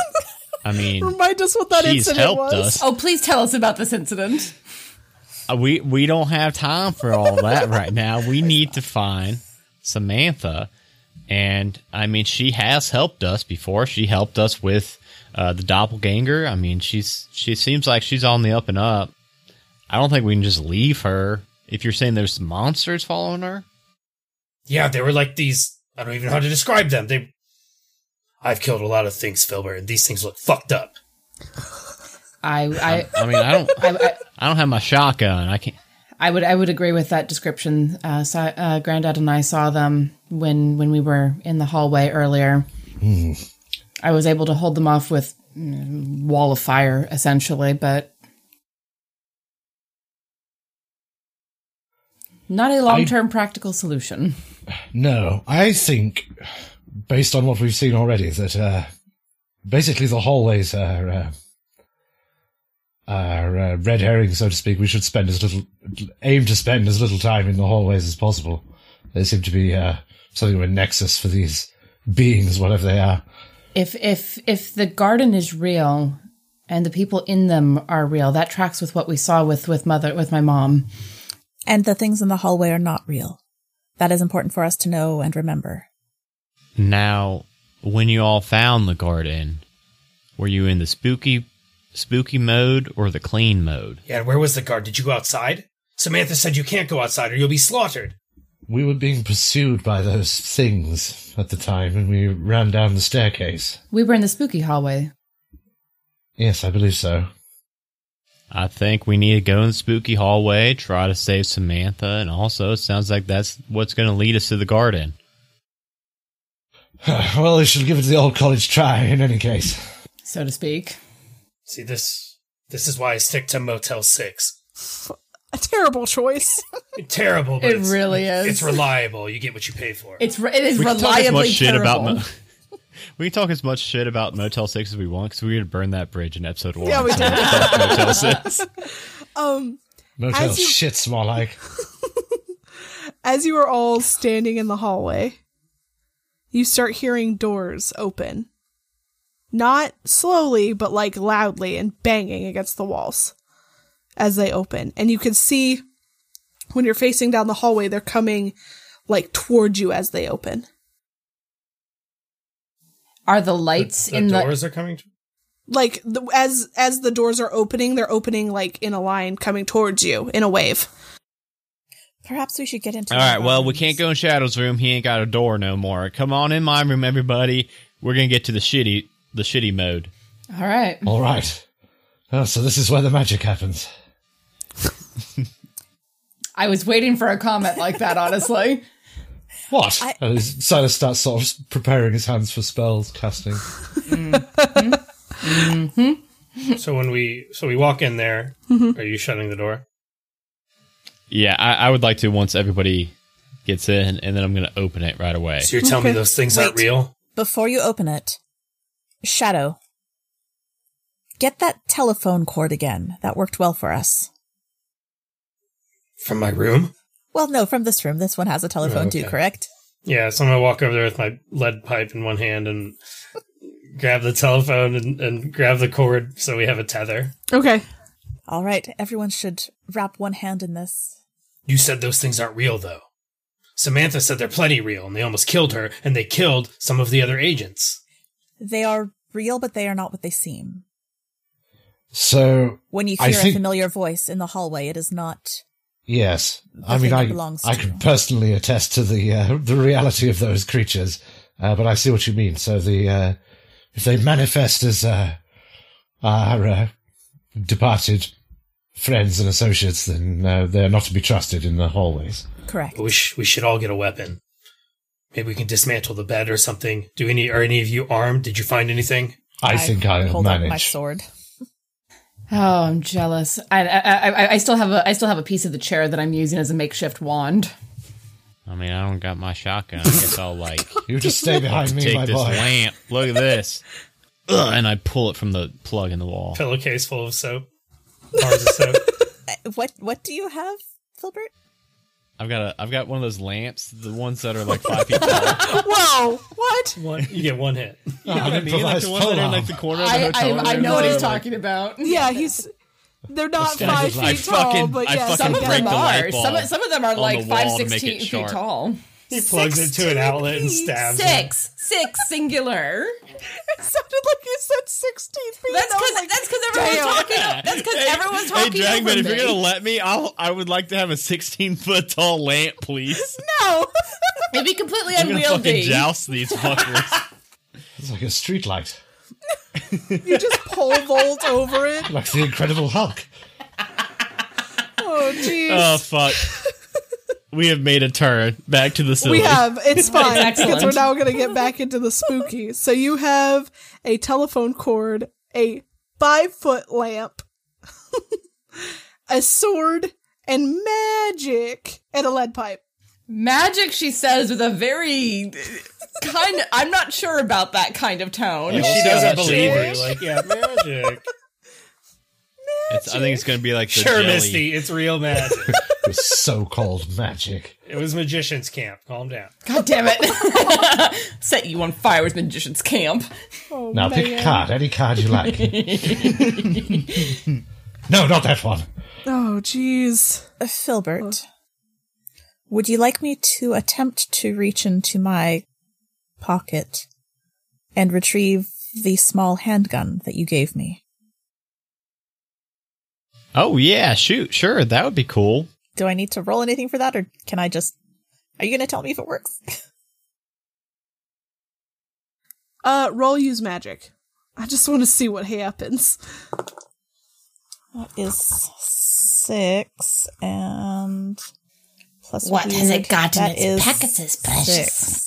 [SPEAKER 3] I mean,
[SPEAKER 1] Remind us what that
[SPEAKER 3] she's
[SPEAKER 1] incident
[SPEAKER 3] helped
[SPEAKER 1] was.
[SPEAKER 3] us.
[SPEAKER 4] Oh, please tell us about this incident.
[SPEAKER 3] Uh, We we don't have time for all that right now. We need to find Samantha, and I mean, she has helped us before. She helped us with uh, the doppelganger. I mean, she's she seems like she's on the up and up. I don't think we can just leave her If you're saying there's monsters following her,
[SPEAKER 6] Yeah, they were like these. I don't even know how to describe them. They. I've killed a lot of things, Filbert, and these things look fucked up.
[SPEAKER 4] I
[SPEAKER 3] I mean, I don't,
[SPEAKER 4] I, I, I,
[SPEAKER 3] I don't have my shotgun. I can't.
[SPEAKER 4] I would I would agree with that description. Uh, so, uh, Granddad and I saw them when when we were in the hallway earlier. I was able to hold them off with mm, wall of fire essentially, but not a long term practical solution.
[SPEAKER 5] No, I think, based on what we've seen already, that uh, basically the hallways are uh, are uh, red herrings, so to speak. We should spend as little aim to spend as little time in the hallways as possible. They seem to be uh, something of a nexus for these beings, whatever they are.
[SPEAKER 4] If if if the garden is real and the people in them are real, that tracks with what we saw with with mother with my mom.
[SPEAKER 2] And the things in the hallway are not real. That is important for us to know and remember.
[SPEAKER 3] Now, when you all found the garden, were you in the spooky, spooky mode or the clean mode?
[SPEAKER 6] Yeah, where was the guard? Did you go outside? Samantha said you can't go outside or you'll be slaughtered.
[SPEAKER 5] We were being pursued by those things at the time, and we ran down the staircase.
[SPEAKER 4] We were in the spooky hallway.
[SPEAKER 5] Yes, I believe so.
[SPEAKER 3] I think we need to go in the spooky hallway, try to save Samantha, and also it sounds like that's what's going to lead us to the garden.
[SPEAKER 5] well, we should give it the old college try. In any case.
[SPEAKER 4] so to speak.
[SPEAKER 6] See this this is why I stick to Motel Six.
[SPEAKER 1] A terrible choice.
[SPEAKER 6] Terrible, but
[SPEAKER 4] It
[SPEAKER 6] it's-
[SPEAKER 4] really is.
[SPEAKER 6] It's reliable. You get what you pay for.
[SPEAKER 4] It's re- it is
[SPEAKER 3] We can talk as much
[SPEAKER 4] reliably
[SPEAKER 3] shit
[SPEAKER 4] terrible.
[SPEAKER 3] about. Mo- we can talk as much shit about Motel Six as we want because we would burn that bridge in episode one.
[SPEAKER 1] Yeah, we did.
[SPEAKER 3] Fuck Motel Six.
[SPEAKER 1] um,
[SPEAKER 5] Motel
[SPEAKER 1] As you-
[SPEAKER 5] shit's more like.
[SPEAKER 1] as you are all standing in the hallway, you start hearing doors open. Not slowly, but like loudly and banging against the walls as they open. And you can see when you're facing down the hallway, they're coming like toward you as they open.
[SPEAKER 4] Are the lights
[SPEAKER 6] the
[SPEAKER 4] in the
[SPEAKER 6] doors are coming. To-
[SPEAKER 1] Like the, as as the doors are opening, they're opening like in a line coming towards you in a wave.
[SPEAKER 2] Perhaps we should get into.
[SPEAKER 3] All right. Well, we can't go in Shadow's room. He ain't got a door no more. Come on in my room, everybody. We're gonna get to the shitty, the shitty mode.
[SPEAKER 4] All right.
[SPEAKER 5] All right. Oh, so this is where the magic happens.
[SPEAKER 4] I was waiting for a comment like that honestly.
[SPEAKER 5] What?
[SPEAKER 2] I-
[SPEAKER 5] and his- Silas starts sort of preparing his hands for spells casting.
[SPEAKER 6] so when we so we walk in there,
[SPEAKER 4] Mm-hmm.
[SPEAKER 6] are you shutting the door?
[SPEAKER 3] Yeah, I, I would like to once everybody gets in, and then I'm gonna open it right away.
[SPEAKER 6] So you're telling me
[SPEAKER 1] Okay.
[SPEAKER 6] those things aren't
[SPEAKER 2] Wait.
[SPEAKER 6] real?
[SPEAKER 2] Before you open it, Shadow, get that telephone cord again. That worked well for us.
[SPEAKER 6] From my room?
[SPEAKER 2] Well, no, from this room. This one has a telephone
[SPEAKER 6] Oh, okay.
[SPEAKER 2] too, correct?
[SPEAKER 6] Yeah, so I'm gonna walk over there with my lead pipe in one hand and grab the telephone and, and grab the cord so we have a tether.
[SPEAKER 1] Okay.
[SPEAKER 2] All right. Everyone should wrap one hand in this.
[SPEAKER 6] You said those things aren't real though. Samantha said they're plenty real and they almost killed her and they killed some of the other agents.
[SPEAKER 2] They are real, but they are not what they seem.
[SPEAKER 5] So
[SPEAKER 2] When you
[SPEAKER 5] I
[SPEAKER 2] hear a
[SPEAKER 5] think-
[SPEAKER 2] familiar voice in the hallway, it is not.
[SPEAKER 5] yes, I
[SPEAKER 2] The
[SPEAKER 5] mean,
[SPEAKER 2] thing
[SPEAKER 5] I
[SPEAKER 2] belongs
[SPEAKER 5] I
[SPEAKER 2] to you.
[SPEAKER 5] can personally attest to the uh, the reality of those creatures, uh, but I see what you mean. So the uh, if they manifest as uh, our uh, departed friends and associates, then uh, they are not to be trusted in the hallways.
[SPEAKER 2] Correct.
[SPEAKER 6] But we, sh- we should all get a weapon. Maybe we can dismantle the bed or something. Do any are any of you armed? Did you find anything?
[SPEAKER 5] I, think I'll
[SPEAKER 2] hold up my
[SPEAKER 5] manage.
[SPEAKER 2] sword.
[SPEAKER 4] Oh, I'm jealous. I, I I I still have a I still have a piece of the chair that I'm using as a makeshift wand.
[SPEAKER 3] I mean, I don't got my shotgun. I guess I'll like
[SPEAKER 5] You just stay behind me,
[SPEAKER 3] take
[SPEAKER 5] my
[SPEAKER 3] this
[SPEAKER 5] boy.
[SPEAKER 3] lamp. Look at this. Ugh, and I pull it from the plug in the wall.
[SPEAKER 6] Pillowcase full of soap. Bars of soap.
[SPEAKER 2] Uh, What What do you have, Filbert?
[SPEAKER 3] I've got a, I've got one of those lamps, the ones that are like five feet tall.
[SPEAKER 1] Whoa. What?
[SPEAKER 6] One, you get one hit.
[SPEAKER 5] Oh,
[SPEAKER 3] I mean, like the ones that are in like the corner of the
[SPEAKER 4] I,
[SPEAKER 3] hotel.
[SPEAKER 4] I, I
[SPEAKER 3] room.
[SPEAKER 4] know what
[SPEAKER 3] They're,
[SPEAKER 4] he's
[SPEAKER 3] like,
[SPEAKER 4] talking about.
[SPEAKER 1] Yeah, he's. They're not
[SPEAKER 5] guy
[SPEAKER 1] five
[SPEAKER 5] is like,
[SPEAKER 1] feet
[SPEAKER 3] I fucking-
[SPEAKER 1] tall, but
[SPEAKER 3] I
[SPEAKER 1] yes,
[SPEAKER 3] fucking
[SPEAKER 1] I
[SPEAKER 4] Some of
[SPEAKER 1] get
[SPEAKER 3] break
[SPEAKER 1] it.
[SPEAKER 4] them
[SPEAKER 3] the light
[SPEAKER 4] are.
[SPEAKER 3] bulb
[SPEAKER 4] Some, some of them are
[SPEAKER 3] on
[SPEAKER 4] like
[SPEAKER 3] the
[SPEAKER 4] five,
[SPEAKER 3] wall to make it
[SPEAKER 4] sixteen feet
[SPEAKER 3] sharp.
[SPEAKER 4] tall.
[SPEAKER 6] He plugs
[SPEAKER 4] Six
[SPEAKER 6] into an
[SPEAKER 4] to
[SPEAKER 6] outlet and
[SPEAKER 4] repeat.
[SPEAKER 6] stabs it.
[SPEAKER 7] Six, six singular.
[SPEAKER 1] It sounded like you said 16 feet.
[SPEAKER 7] That's
[SPEAKER 1] and I was
[SPEAKER 7] because
[SPEAKER 1] like,
[SPEAKER 7] that's because everyone's
[SPEAKER 1] damn.
[SPEAKER 7] talking. o- That's because
[SPEAKER 3] Hey-
[SPEAKER 7] everyone's
[SPEAKER 3] Hey,
[SPEAKER 7] talking. over
[SPEAKER 3] Dragman, if you're
[SPEAKER 7] me.
[SPEAKER 3] gonna let me, I'll. I would like to have a 16 foot tall lamp, please.
[SPEAKER 1] no.
[SPEAKER 7] It'd be completely
[SPEAKER 3] I'm gonna fucking
[SPEAKER 7] unwieldy.
[SPEAKER 3] joust these fuckers.
[SPEAKER 5] It's like a streetlight,
[SPEAKER 1] you just pole vault over it.
[SPEAKER 5] like the Incredible Hulk.
[SPEAKER 1] Oh, jeez.
[SPEAKER 3] oh fuck. We have made a turn back to the silly.
[SPEAKER 1] we have. It's fine because we're
[SPEAKER 4] excellent.
[SPEAKER 1] now going to get back into the spooky. So you have a telephone cord, a five foot lamp, a sword, and magic, and a lead pipe.
[SPEAKER 7] Magic, she says with a very kind of, I'm not sure about that kind of tone.
[SPEAKER 3] Yeah.
[SPEAKER 6] She doesn't believe
[SPEAKER 3] Yeah.
[SPEAKER 6] her. Like, yeah, magic.
[SPEAKER 3] It's- I think it's gonna be like the
[SPEAKER 6] sure,
[SPEAKER 3] jelly.
[SPEAKER 6] Misty, it's real magic.
[SPEAKER 5] It's so-called magic.
[SPEAKER 6] it was magician's camp. Calm down.
[SPEAKER 7] God damn it. Set you on fire with Magician's Camp.
[SPEAKER 1] Oh,
[SPEAKER 5] Now
[SPEAKER 1] man.
[SPEAKER 5] pick a card, any card you like. no, not that one.
[SPEAKER 1] Oh, jeez.
[SPEAKER 2] Uh, Filbert, would you like me to attempt to reach into my pocket and retrieve the small handgun that you gave me?
[SPEAKER 3] Oh yeah, shoot, sure, that would be cool.
[SPEAKER 2] Do I need to roll anything for that, or can I just? Are you going to tell me if it works?
[SPEAKER 1] Uh, roll use magic. I just want to see what happens.
[SPEAKER 2] That is six and plus.
[SPEAKER 8] What has
[SPEAKER 2] weird.
[SPEAKER 8] it got in
[SPEAKER 2] That
[SPEAKER 8] its
[SPEAKER 2] is
[SPEAKER 8] Pegasus precious?
[SPEAKER 2] Six.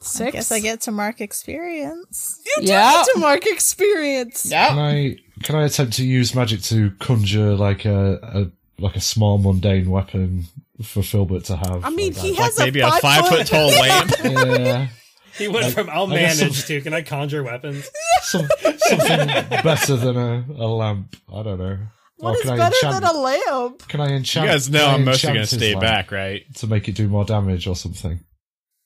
[SPEAKER 1] Six.
[SPEAKER 2] I guess I get to mark experience.
[SPEAKER 7] Yeah.
[SPEAKER 1] to mark experience.
[SPEAKER 5] Can I can I attempt to use magic to conjure like a, a like a small mundane weapon for Filbert to have?
[SPEAKER 1] I mean,
[SPEAKER 5] like
[SPEAKER 1] he
[SPEAKER 5] that?
[SPEAKER 1] has
[SPEAKER 3] Maybe
[SPEAKER 1] a
[SPEAKER 3] a five foot tall lamp.
[SPEAKER 5] yeah,
[SPEAKER 6] He went from I'll
[SPEAKER 5] I guess
[SPEAKER 6] manage to can I conjure weapons?
[SPEAKER 5] some, something better than a, a lamp. I don't know.
[SPEAKER 1] What
[SPEAKER 5] Or
[SPEAKER 1] is
[SPEAKER 5] can I
[SPEAKER 1] better than
[SPEAKER 5] enchant-
[SPEAKER 1] a lamp?
[SPEAKER 5] Can I
[SPEAKER 3] You
[SPEAKER 5] enchant?
[SPEAKER 3] guys know
[SPEAKER 5] can I
[SPEAKER 3] I'm mostly
[SPEAKER 5] enchant
[SPEAKER 3] gonna
[SPEAKER 5] his
[SPEAKER 3] stay
[SPEAKER 5] lamp
[SPEAKER 3] back, right?
[SPEAKER 5] to make it do more damage or something.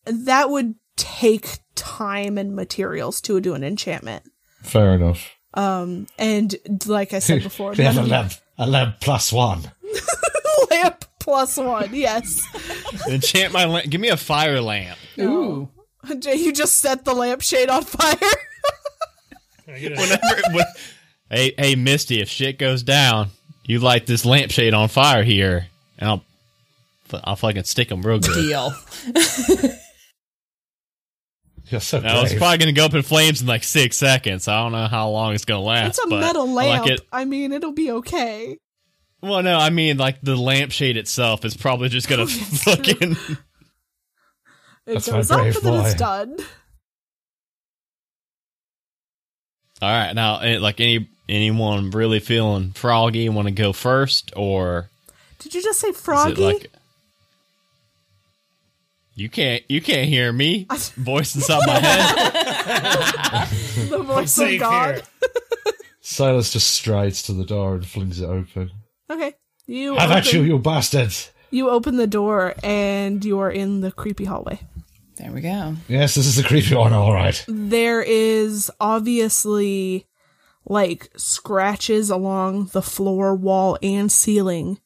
[SPEAKER 1] That would take time and materials to do an enchantment.
[SPEAKER 5] Fair enough.
[SPEAKER 1] Um, and like I said before,
[SPEAKER 5] they have a
[SPEAKER 1] none-
[SPEAKER 5] lamp, a lamp plus one.
[SPEAKER 1] lamp plus one. Yes,
[SPEAKER 3] Enchant my lamp. Give me a fire lamp.
[SPEAKER 4] Ooh.
[SPEAKER 1] Jay, you just set the lampshade on fire.
[SPEAKER 6] Can I get a-
[SPEAKER 3] Whenever it wa- hey, hey, Misty, if shit goes down, you light this lampshade on fire here, and I'll, fu- I'll fucking stick them real good.
[SPEAKER 7] Deal.
[SPEAKER 5] You're so
[SPEAKER 3] Now, it's
[SPEAKER 5] brave.
[SPEAKER 3] probably gonna go up in flames in like six seconds. I don't know how long it's gonna last.
[SPEAKER 1] it's a
[SPEAKER 3] but
[SPEAKER 1] metal
[SPEAKER 3] I
[SPEAKER 1] lamp.
[SPEAKER 3] like it.
[SPEAKER 1] I mean, it'll be okay.
[SPEAKER 3] Well, no, I mean like the lampshade itself is probably just gonna fucking.
[SPEAKER 1] It
[SPEAKER 5] That's my
[SPEAKER 1] goes up and
[SPEAKER 5] brave
[SPEAKER 1] then it's
[SPEAKER 5] boy.
[SPEAKER 1] done.
[SPEAKER 3] All right, now eh, like any anyone really feeling froggy want to go first or
[SPEAKER 1] Did you just say
[SPEAKER 3] Is it
[SPEAKER 1] froggy?
[SPEAKER 3] like- you can't you can't hear me
[SPEAKER 1] I-
[SPEAKER 3] voice inside my head.
[SPEAKER 1] the voice of
[SPEAKER 6] safe
[SPEAKER 1] God.
[SPEAKER 6] here.
[SPEAKER 5] Silas just strides to the door and flings it open.
[SPEAKER 1] Oh, Okay, you
[SPEAKER 5] Have at you,
[SPEAKER 1] open,
[SPEAKER 5] you bastards!
[SPEAKER 1] you open the door and you are in the creepy hallway.
[SPEAKER 7] There we go.
[SPEAKER 5] Yes, this is a creepy one, all right.
[SPEAKER 1] there is obviously like scratches along the floor, wall, and ceiling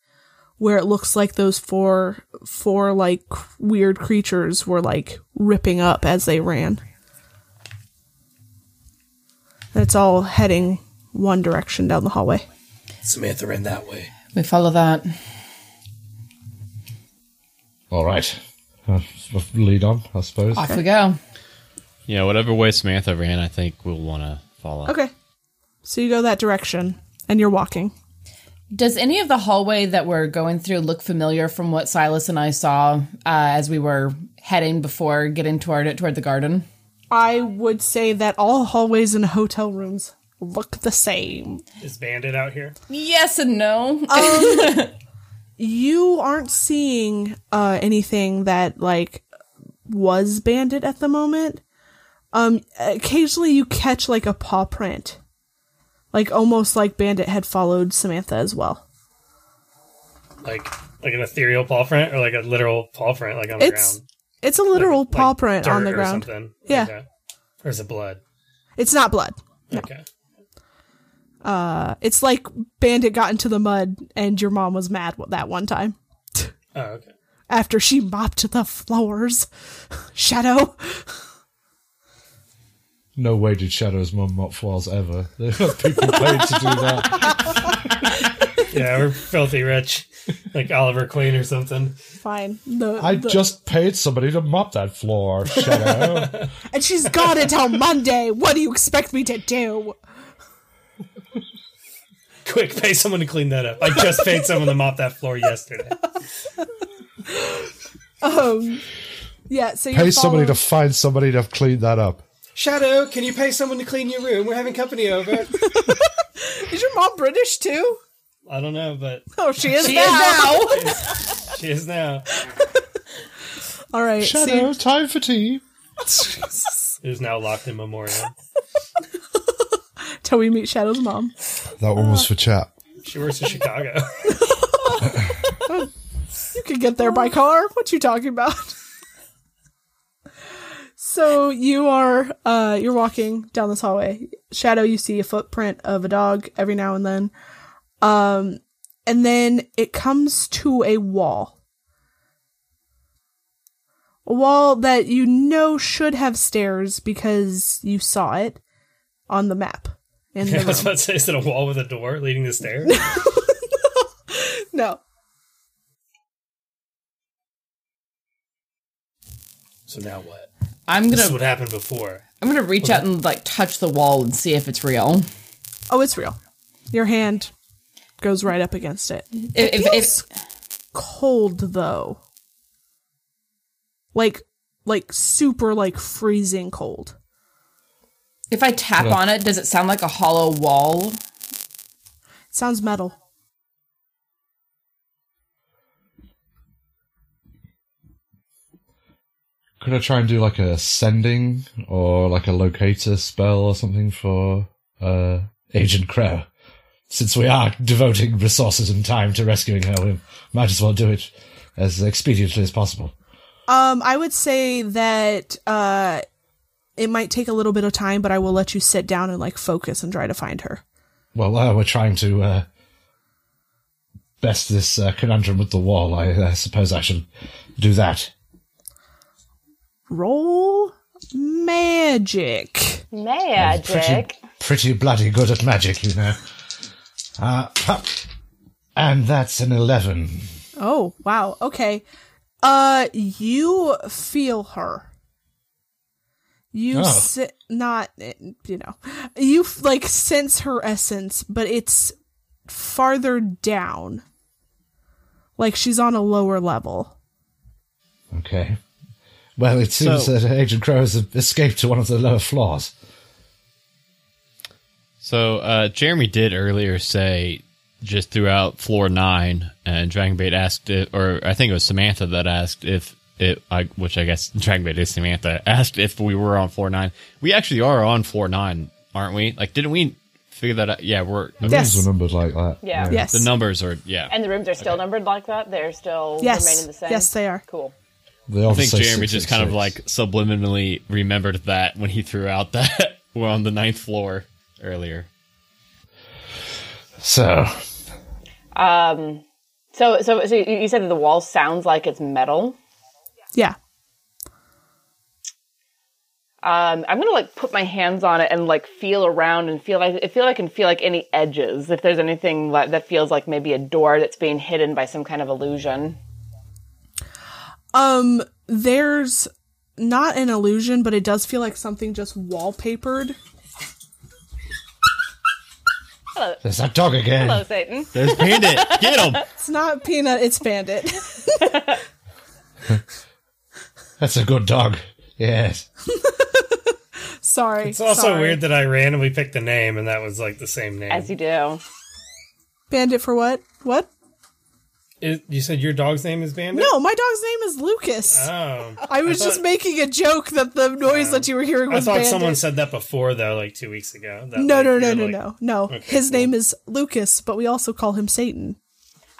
[SPEAKER 1] where it looks like those four four like c- weird creatures were like ripping up as they ran. And it's all heading one direction down the hallway.
[SPEAKER 6] Samantha ran that way.
[SPEAKER 7] We follow that.
[SPEAKER 5] All right. Uh, lead on, I suppose.
[SPEAKER 7] Off we go.
[SPEAKER 3] yeah, whatever way Samantha ran, I think we'll want to follow.
[SPEAKER 1] Okay. So you go that direction and you're walking.
[SPEAKER 7] Does any of the hallway that we're going through look familiar from what Silas and I saw uh, as we were heading before getting toward it toward the garden?
[SPEAKER 1] I would say that all hallways and hotel rooms look the same.
[SPEAKER 6] Is Bandit out here?
[SPEAKER 7] Yes and no.
[SPEAKER 1] you aren't seeing uh, anything that like was bandit at the moment. Um, occasionally you catch like a paw print, like almost like bandit had followed Samantha as well.
[SPEAKER 6] Like like an ethereal paw print or like a literal paw print like on the
[SPEAKER 1] It's
[SPEAKER 6] ground?
[SPEAKER 1] it's a literal
[SPEAKER 6] Like
[SPEAKER 1] paw print
[SPEAKER 6] dirt
[SPEAKER 1] on the
[SPEAKER 6] or
[SPEAKER 1] ground.
[SPEAKER 6] Something.
[SPEAKER 1] Yeah.
[SPEAKER 6] Okay. Or is it blood?
[SPEAKER 1] It's not blood.
[SPEAKER 6] Okay.
[SPEAKER 1] Uh, It's like bandit got into the mud and your mom was mad that one time.
[SPEAKER 6] Oh, okay.
[SPEAKER 1] after she mopped the floors. Shadow.
[SPEAKER 5] No way did Shadow's mum mop floors ever. There are people paid to do that.
[SPEAKER 6] Yeah, we're filthy rich, like Oliver Queen or something.
[SPEAKER 1] Fine. The,
[SPEAKER 5] I
[SPEAKER 1] the-
[SPEAKER 5] just paid somebody to mop that floor, Shadow.
[SPEAKER 1] and she's gone until Monday. What do you expect me to do?
[SPEAKER 6] Quick, pay someone to clean that up. I just paid someone to mop that floor yesterday.
[SPEAKER 1] Um, yeah. So
[SPEAKER 5] pay
[SPEAKER 1] you're
[SPEAKER 5] somebody to
[SPEAKER 1] following-
[SPEAKER 5] find somebody to clean that up.
[SPEAKER 6] Shadow, can you pay someone to clean your room? We're having company over.
[SPEAKER 1] is your mom British too?
[SPEAKER 6] I don't know, but
[SPEAKER 1] Oh, she is now.
[SPEAKER 6] she is now.
[SPEAKER 1] All right. so
[SPEAKER 5] Shadow, time for tea.
[SPEAKER 6] It is now locked in memorial.
[SPEAKER 1] till we meet Shadow's mom.
[SPEAKER 5] That one was for chat.
[SPEAKER 6] She works in Chicago.
[SPEAKER 1] You could get there by car. What you talking about? so you are uh you're walking down this hallway. Shadow you see a footprint of a dog every now and then. Um and then it comes to a wall. A wall that you know should have stairs because you saw it on the map. In the
[SPEAKER 6] I was
[SPEAKER 1] room.
[SPEAKER 6] about to say, is it a wall with a door leading to stairs?
[SPEAKER 1] No.
[SPEAKER 6] so now what?
[SPEAKER 7] I'm
[SPEAKER 6] This is
[SPEAKER 7] gonna
[SPEAKER 6] what happened before.
[SPEAKER 7] I'm gonna reach out and like touch the wall and see if it's real.
[SPEAKER 1] Oh, it's real. Your hand goes right up against it.
[SPEAKER 7] If, if, if
[SPEAKER 1] cold though. Like like super like freezing cold.
[SPEAKER 7] if I tap on it, does it sound like a hollow wall?
[SPEAKER 1] sounds metal.
[SPEAKER 5] Could I try and do like a sending or like a locator spell or something for uh, Agent Crow? Since we are devoting resources and time to rescuing her, we might as well do it as expediently as possible.
[SPEAKER 1] Um I would say that uh it might take a little bit of time, but I will let you sit down and like focus and try to find her.
[SPEAKER 5] Well, uh, we're trying to uh, best this uh, conundrum with the wall. I uh, suppose I should do that.
[SPEAKER 1] Roll magic.
[SPEAKER 5] Pretty,
[SPEAKER 8] Magic.
[SPEAKER 5] pretty bloody good at magic, you know. Uh, hup. and that's an 11.
[SPEAKER 1] Oh, wow. Okay. Uh you feel her. You
[SPEAKER 5] Oh.
[SPEAKER 1] si- not eh, you know. You f- like sense her essence, but it's farther down. Like she's on a lower level.
[SPEAKER 5] Okay. Well, it seems
[SPEAKER 3] So-
[SPEAKER 5] that Agent Crow has escaped to one of the lower floors.
[SPEAKER 3] So uh, Jeremy did earlier say just throughout floor nine, and Dragonbait asked, if, or I think it was Samantha that asked if it, I, which I guess Dragonbait is Samantha asked if we were on floor nine. We actually are on floor nine, aren't we? Like, didn't we figure that out? Yeah, we're
[SPEAKER 1] Yeah. Yes.
[SPEAKER 5] It's remembered like that.
[SPEAKER 8] Yeah.
[SPEAKER 1] Yes.
[SPEAKER 3] the numbers are yeah.
[SPEAKER 8] And the rooms are still numbered like that? They're still
[SPEAKER 1] Yes.
[SPEAKER 8] remaining the same?
[SPEAKER 1] Yes, they are.
[SPEAKER 8] Cool.
[SPEAKER 5] They all
[SPEAKER 3] I think
[SPEAKER 5] say
[SPEAKER 3] Jeremy just kind of
[SPEAKER 5] 666.
[SPEAKER 3] like subliminally remembered that when he threw out that we're on the ninth floor earlier.
[SPEAKER 5] So,
[SPEAKER 8] So, so, so you you said that the wall sounds like it's metal.
[SPEAKER 1] Yeah.
[SPEAKER 8] Um, I'm gonna like put my hands on it and like feel around and feel like I feel I can feel like any edges if there's anything like, that feels like maybe a door that's being hidden by some kind of illusion.
[SPEAKER 1] Um there's not an illusion, but it does feel like something just wallpapered.
[SPEAKER 5] there's that dog again.
[SPEAKER 8] Hello, Satan.
[SPEAKER 3] There's Bandit, get him!
[SPEAKER 1] It's not peanut, it's bandit.
[SPEAKER 5] That's a good dog. Yes.
[SPEAKER 1] Sorry.
[SPEAKER 6] It's also
[SPEAKER 1] sorry.
[SPEAKER 6] weird that I randomly picked the name and that was like the same name.
[SPEAKER 8] As you do.
[SPEAKER 1] Bandit for what? What?
[SPEAKER 6] Is- you said your dog's name is Bandit?
[SPEAKER 1] No, my dog's name is Lucas.
[SPEAKER 6] Oh.
[SPEAKER 1] I was just making a joke that the noise that you were hearing
[SPEAKER 6] Um, I
[SPEAKER 1] was
[SPEAKER 6] thought
[SPEAKER 1] bandit.
[SPEAKER 6] someone said that before, though, like two weeks ago. That,
[SPEAKER 1] no,
[SPEAKER 6] like,
[SPEAKER 1] no,
[SPEAKER 6] you're,
[SPEAKER 1] no, no,
[SPEAKER 6] like-
[SPEAKER 1] no, no. His name is Lucas, but we also call him Satan.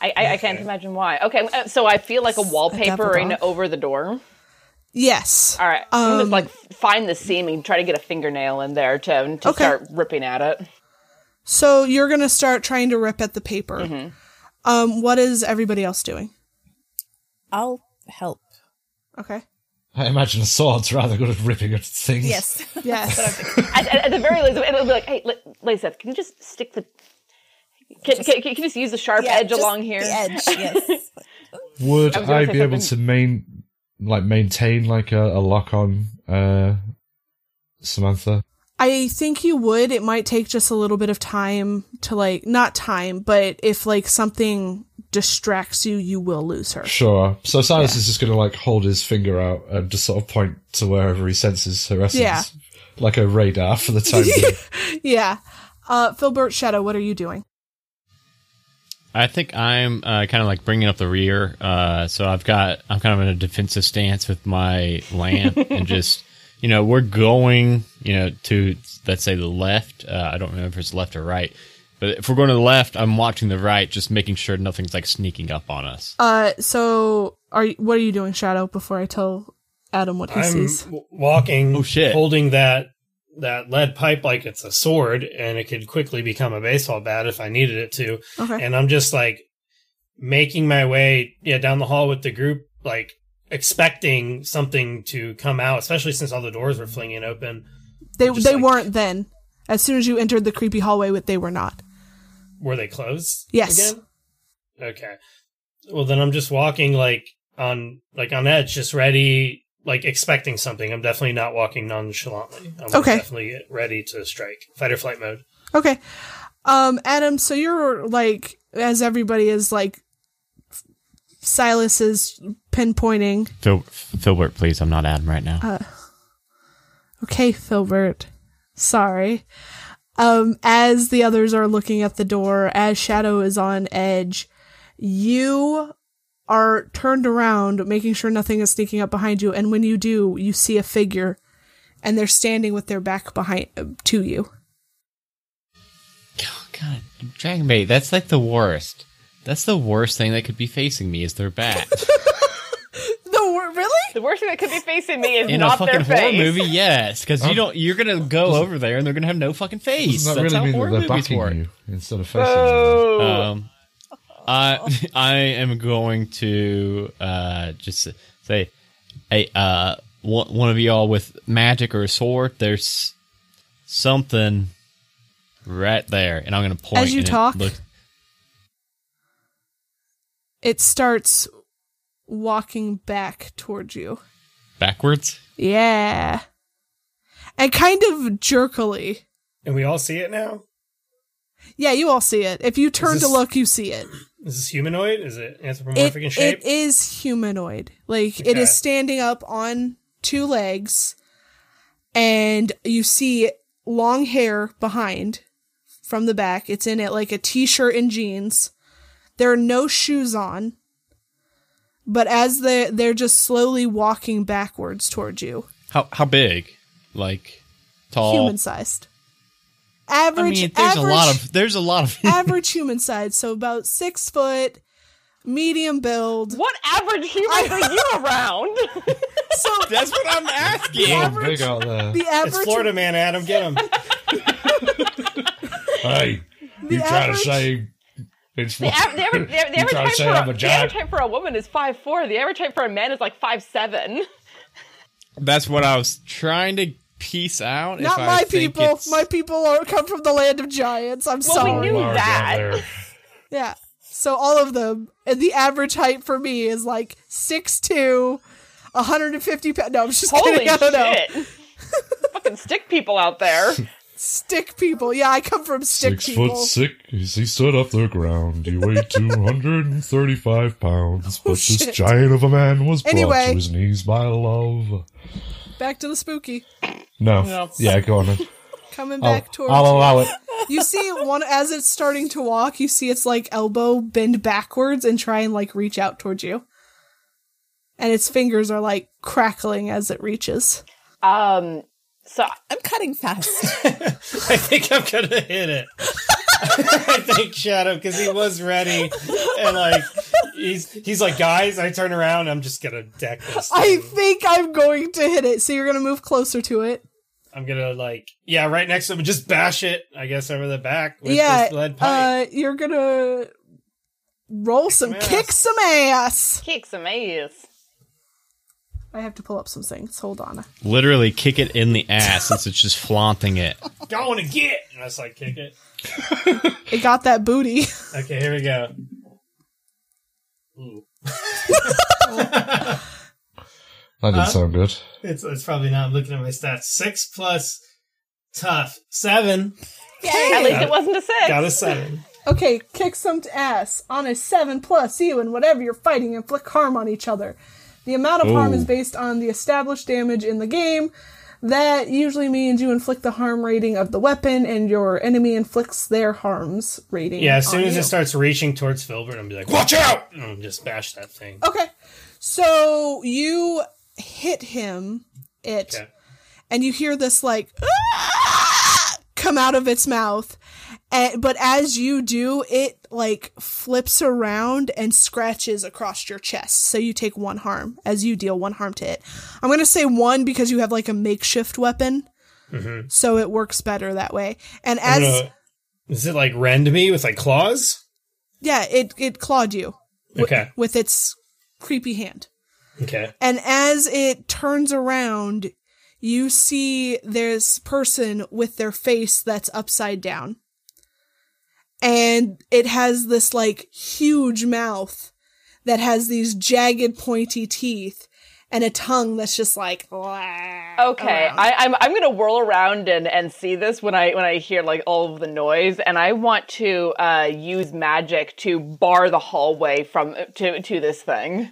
[SPEAKER 8] I, I, I can't imagine why. Okay, uh, so I feel like a wallpapering
[SPEAKER 1] dog.
[SPEAKER 8] over the door.
[SPEAKER 1] Yes.
[SPEAKER 8] All right, I'm gonna like find the seam and try to get a fingernail in there to to
[SPEAKER 1] Okay.
[SPEAKER 8] start ripping at it.
[SPEAKER 1] So you're gonna start trying
[SPEAKER 8] Mm-hmm.
[SPEAKER 1] to rip at the paper. Um, what is everybody else doing?
[SPEAKER 2] I'll help.
[SPEAKER 1] Okay.
[SPEAKER 5] I imagine a sword's rather good at ripping at things.
[SPEAKER 2] Yes.
[SPEAKER 1] Yes.
[SPEAKER 8] at, at, at the very least, it'll be like, hey, La- Laceth, can you just stick the. Can, can, can you just use the sharp
[SPEAKER 2] Yeah,
[SPEAKER 8] edge
[SPEAKER 2] just
[SPEAKER 8] along here?
[SPEAKER 2] The edge, yes.
[SPEAKER 5] Would
[SPEAKER 8] I was gonna
[SPEAKER 5] I
[SPEAKER 8] say
[SPEAKER 5] be able to
[SPEAKER 8] something-
[SPEAKER 5] main like maintain like a, a lock on uh Samantha?
[SPEAKER 1] I think you would. It might take just a little bit of time to like not time, but if like something distracts you, you will lose her.
[SPEAKER 5] Sure. So Silas is just gonna like hold his finger out and just sort of point to wherever he senses her essence.
[SPEAKER 1] Yeah.
[SPEAKER 5] Like a radar for the time being.
[SPEAKER 1] Yeah. Uh Philbert Shadow, what are you doing?
[SPEAKER 3] I think I'm uh, kind of like bringing up the rear. Uh, so I've got I'm kind of in a defensive stance with my lamp and just you know we're going you know to let's say the left. Uh, I don't remember if it's left or right, but if we're going to the left, I'm watching the right, just making sure nothing's like sneaking up on us.
[SPEAKER 1] Uh so are you, what are you doing, Shadow, before I tell Adam what he
[SPEAKER 6] I'm
[SPEAKER 1] sees?
[SPEAKER 6] w- walking,
[SPEAKER 3] Oh, shit.
[SPEAKER 6] holding that that lead pipe like it's a sword, and it could quickly become a baseball bat if I needed it to.
[SPEAKER 1] Okay.
[SPEAKER 6] And I'm just like making my way, yeah, down the hall with the group, like expecting something to come out, especially since all the doors were flinging open.
[SPEAKER 1] They
[SPEAKER 6] just
[SPEAKER 1] they
[SPEAKER 6] like-
[SPEAKER 1] weren't then. As soon as you entered the creepy hallway with they were not.
[SPEAKER 6] Were they closed?
[SPEAKER 1] Yes.
[SPEAKER 6] Again? Okay. Well, then I'm just walking like on like on edge, just ready, like expecting something. I'm definitely not walking nonchalantly. I'm like,
[SPEAKER 1] Okay.
[SPEAKER 6] definitely ready to strike. Fight or flight mode.
[SPEAKER 1] Okay. Um, Adam, so you're like, as everybody is like, Silas is pinpointing.
[SPEAKER 3] Phil, Philbert, please, I'm not Adam right now.
[SPEAKER 1] Okay, Filbert. Sorry. Um, as the others are looking at the door, as Shadow is on edge, you are turned around, making sure nothing is sneaking up behind you. And when you do, you see a figure, and they're standing with their back behind uh, to you.
[SPEAKER 3] Oh, God, Dragon Bait, that's like the worst. That's the worst thing that could be facing me is their back.
[SPEAKER 1] The wor- really?
[SPEAKER 8] The worst thing that could be facing me is
[SPEAKER 3] In a
[SPEAKER 8] not
[SPEAKER 3] fucking
[SPEAKER 8] their
[SPEAKER 3] horror
[SPEAKER 8] face.
[SPEAKER 3] movie, yes, because you
[SPEAKER 5] Um,
[SPEAKER 3] don't. You're gonna go over there, and they're gonna have no fucking face.
[SPEAKER 5] Doesn't that
[SPEAKER 3] That's
[SPEAKER 5] really
[SPEAKER 3] how horror
[SPEAKER 5] mean that they're
[SPEAKER 3] movies
[SPEAKER 5] backing
[SPEAKER 3] work.
[SPEAKER 5] you instead of facing you?
[SPEAKER 8] Boo.
[SPEAKER 3] Um,
[SPEAKER 1] Oh.
[SPEAKER 3] I I am going to uh, just say, hey, uh, one, one of y'all with magic or a sword, there's something right there, and I'm gonna point
[SPEAKER 1] As you
[SPEAKER 3] and it
[SPEAKER 1] talk?
[SPEAKER 3] looks-
[SPEAKER 1] It starts walking back towards you.
[SPEAKER 3] backwards.
[SPEAKER 1] Yeah. And kind of jerkily.
[SPEAKER 6] And we all see it now?
[SPEAKER 1] Yeah, you all see it. If you turn to
[SPEAKER 6] this-
[SPEAKER 1] look, you see it.
[SPEAKER 6] Is this humanoid? Is it
[SPEAKER 1] It,
[SPEAKER 6] anthropomorphic in shape?
[SPEAKER 1] it is humanoid. Like, it
[SPEAKER 6] Okay.
[SPEAKER 1] is standing up on two legs, and you see long hair behind from the back. It's in it like a t shirt and jeans. There are no shoes on. But as they they're just slowly walking backwards towards you,
[SPEAKER 3] How how big? Like tall.
[SPEAKER 1] human sized, average.
[SPEAKER 3] I mean, there's
[SPEAKER 1] average,
[SPEAKER 3] a lot of there's a lot of
[SPEAKER 1] average human size, so about six foot, medium build.
[SPEAKER 8] What average humans are you around?
[SPEAKER 1] So
[SPEAKER 3] That's what I'm asking.
[SPEAKER 5] Oh,
[SPEAKER 1] average-
[SPEAKER 5] big out there.
[SPEAKER 1] the
[SPEAKER 6] it's
[SPEAKER 1] average,
[SPEAKER 6] Florida man, Adam. Get him.
[SPEAKER 5] Hey, you trying to
[SPEAKER 1] average-
[SPEAKER 5] say it's
[SPEAKER 8] The, av- the, average, the,
[SPEAKER 5] trying
[SPEAKER 8] average
[SPEAKER 5] to
[SPEAKER 8] height
[SPEAKER 5] say
[SPEAKER 8] for
[SPEAKER 5] I'm
[SPEAKER 8] a,
[SPEAKER 5] a
[SPEAKER 8] the
[SPEAKER 5] giant?
[SPEAKER 8] average height for a woman is five four. The average height for a man is like five seven.
[SPEAKER 3] That's what I was trying to piece out.
[SPEAKER 1] not
[SPEAKER 3] if I
[SPEAKER 1] my
[SPEAKER 3] think
[SPEAKER 1] people.
[SPEAKER 3] it's-
[SPEAKER 1] My people are come from the land of giants. I'm
[SPEAKER 8] we
[SPEAKER 1] sorry.
[SPEAKER 8] knew
[SPEAKER 5] Large
[SPEAKER 8] that.
[SPEAKER 5] out there.
[SPEAKER 1] Yeah. So all of them, and the average height for me is like 6'2", 150 pounds. No, I'm just
[SPEAKER 8] Holy
[SPEAKER 1] kidding. I don't know.
[SPEAKER 8] shit! Fucking stick people out there.
[SPEAKER 1] Stick people. Yeah, I come from stick
[SPEAKER 5] Six
[SPEAKER 1] people.
[SPEAKER 5] foot six, he stood off the ground. He weighed 235 pounds, but this
[SPEAKER 1] shit.
[SPEAKER 5] giant of a man was brought
[SPEAKER 1] Anyway.
[SPEAKER 5] to his knees by love.
[SPEAKER 1] Back to the spooky.
[SPEAKER 5] No. Yeah, go on. then.
[SPEAKER 1] Coming
[SPEAKER 5] I'll,
[SPEAKER 1] back towards
[SPEAKER 5] I'll allow it.
[SPEAKER 1] you see one as it's starting to walk you see its like elbow bend backwards and try and like reach out towards you and its fingers are like crackling as it reaches
[SPEAKER 8] Um. So
[SPEAKER 2] I'm cutting fast.
[SPEAKER 6] I think I'm gonna hit it. I think Shadow because he was ready and like he's he's like guys. I turn around. I'm just gonna deck this.
[SPEAKER 1] i
[SPEAKER 6] Thing.
[SPEAKER 1] think i'm going to hit it so you're gonna move closer to it
[SPEAKER 6] I'm gonna like yeah, right next to him. Just bash it. I guess over the back with
[SPEAKER 1] yeah
[SPEAKER 6] this lead pipe.
[SPEAKER 1] uh, you're gonna roll some
[SPEAKER 6] some ass.
[SPEAKER 1] kick some ass
[SPEAKER 8] kick some ass.
[SPEAKER 1] I have to pull up some things. Hold on.
[SPEAKER 3] Literally kick it in the ass since it's just flaunting it.
[SPEAKER 6] Going to get. And I was like, kick it.
[SPEAKER 1] It got that booty.
[SPEAKER 6] Okay, here we go. Ooh.
[SPEAKER 5] That didn't sound good.
[SPEAKER 6] It's, it's probably not. I'm looking at my stats. Six plus tough. Seven.
[SPEAKER 8] At least it wasn't a six.
[SPEAKER 6] Got a seven.
[SPEAKER 1] Okay, kick some t- ass on a 7 plus you and whatever you're fighting inflict harm on each other. The amount of harm
[SPEAKER 3] Ooh.
[SPEAKER 1] is based on the established damage in the game. That usually means you inflict the harm rating of the weapon and your enemy inflicts their harms rating.
[SPEAKER 6] Yeah, as soon
[SPEAKER 1] on
[SPEAKER 6] as
[SPEAKER 1] you.
[SPEAKER 6] it starts reaching towards Filbert, I'm be like, watch out! And I'll just bash that thing.
[SPEAKER 1] Okay. So you hit him it
[SPEAKER 6] Okay.
[SPEAKER 1] and you hear this like "Ah!" come out of its mouth. And, but as you do, it like flips around and scratches across your chest. So you take one harm as you deal one harm to it. I'm going to say one because you have like a makeshift weapon. So it works better that way. And
[SPEAKER 6] Mm-hmm. I'm
[SPEAKER 1] as
[SPEAKER 6] gonna- Does it like rend me with like claws?
[SPEAKER 1] yeah, it it clawed you
[SPEAKER 6] Okay.
[SPEAKER 1] with its creepy hand.
[SPEAKER 6] Okay.
[SPEAKER 1] And as it turns around, you see this person with their face that's upside down. And it has this like huge mouth that has these jagged pointy teeth and a tongue that's just like oh.
[SPEAKER 8] Okay,
[SPEAKER 1] around.
[SPEAKER 8] I, I'm I'm gonna whirl around and, and see this when I when I hear like all of the noise, and I want to uh, use magic to bar the hallway from to to this thing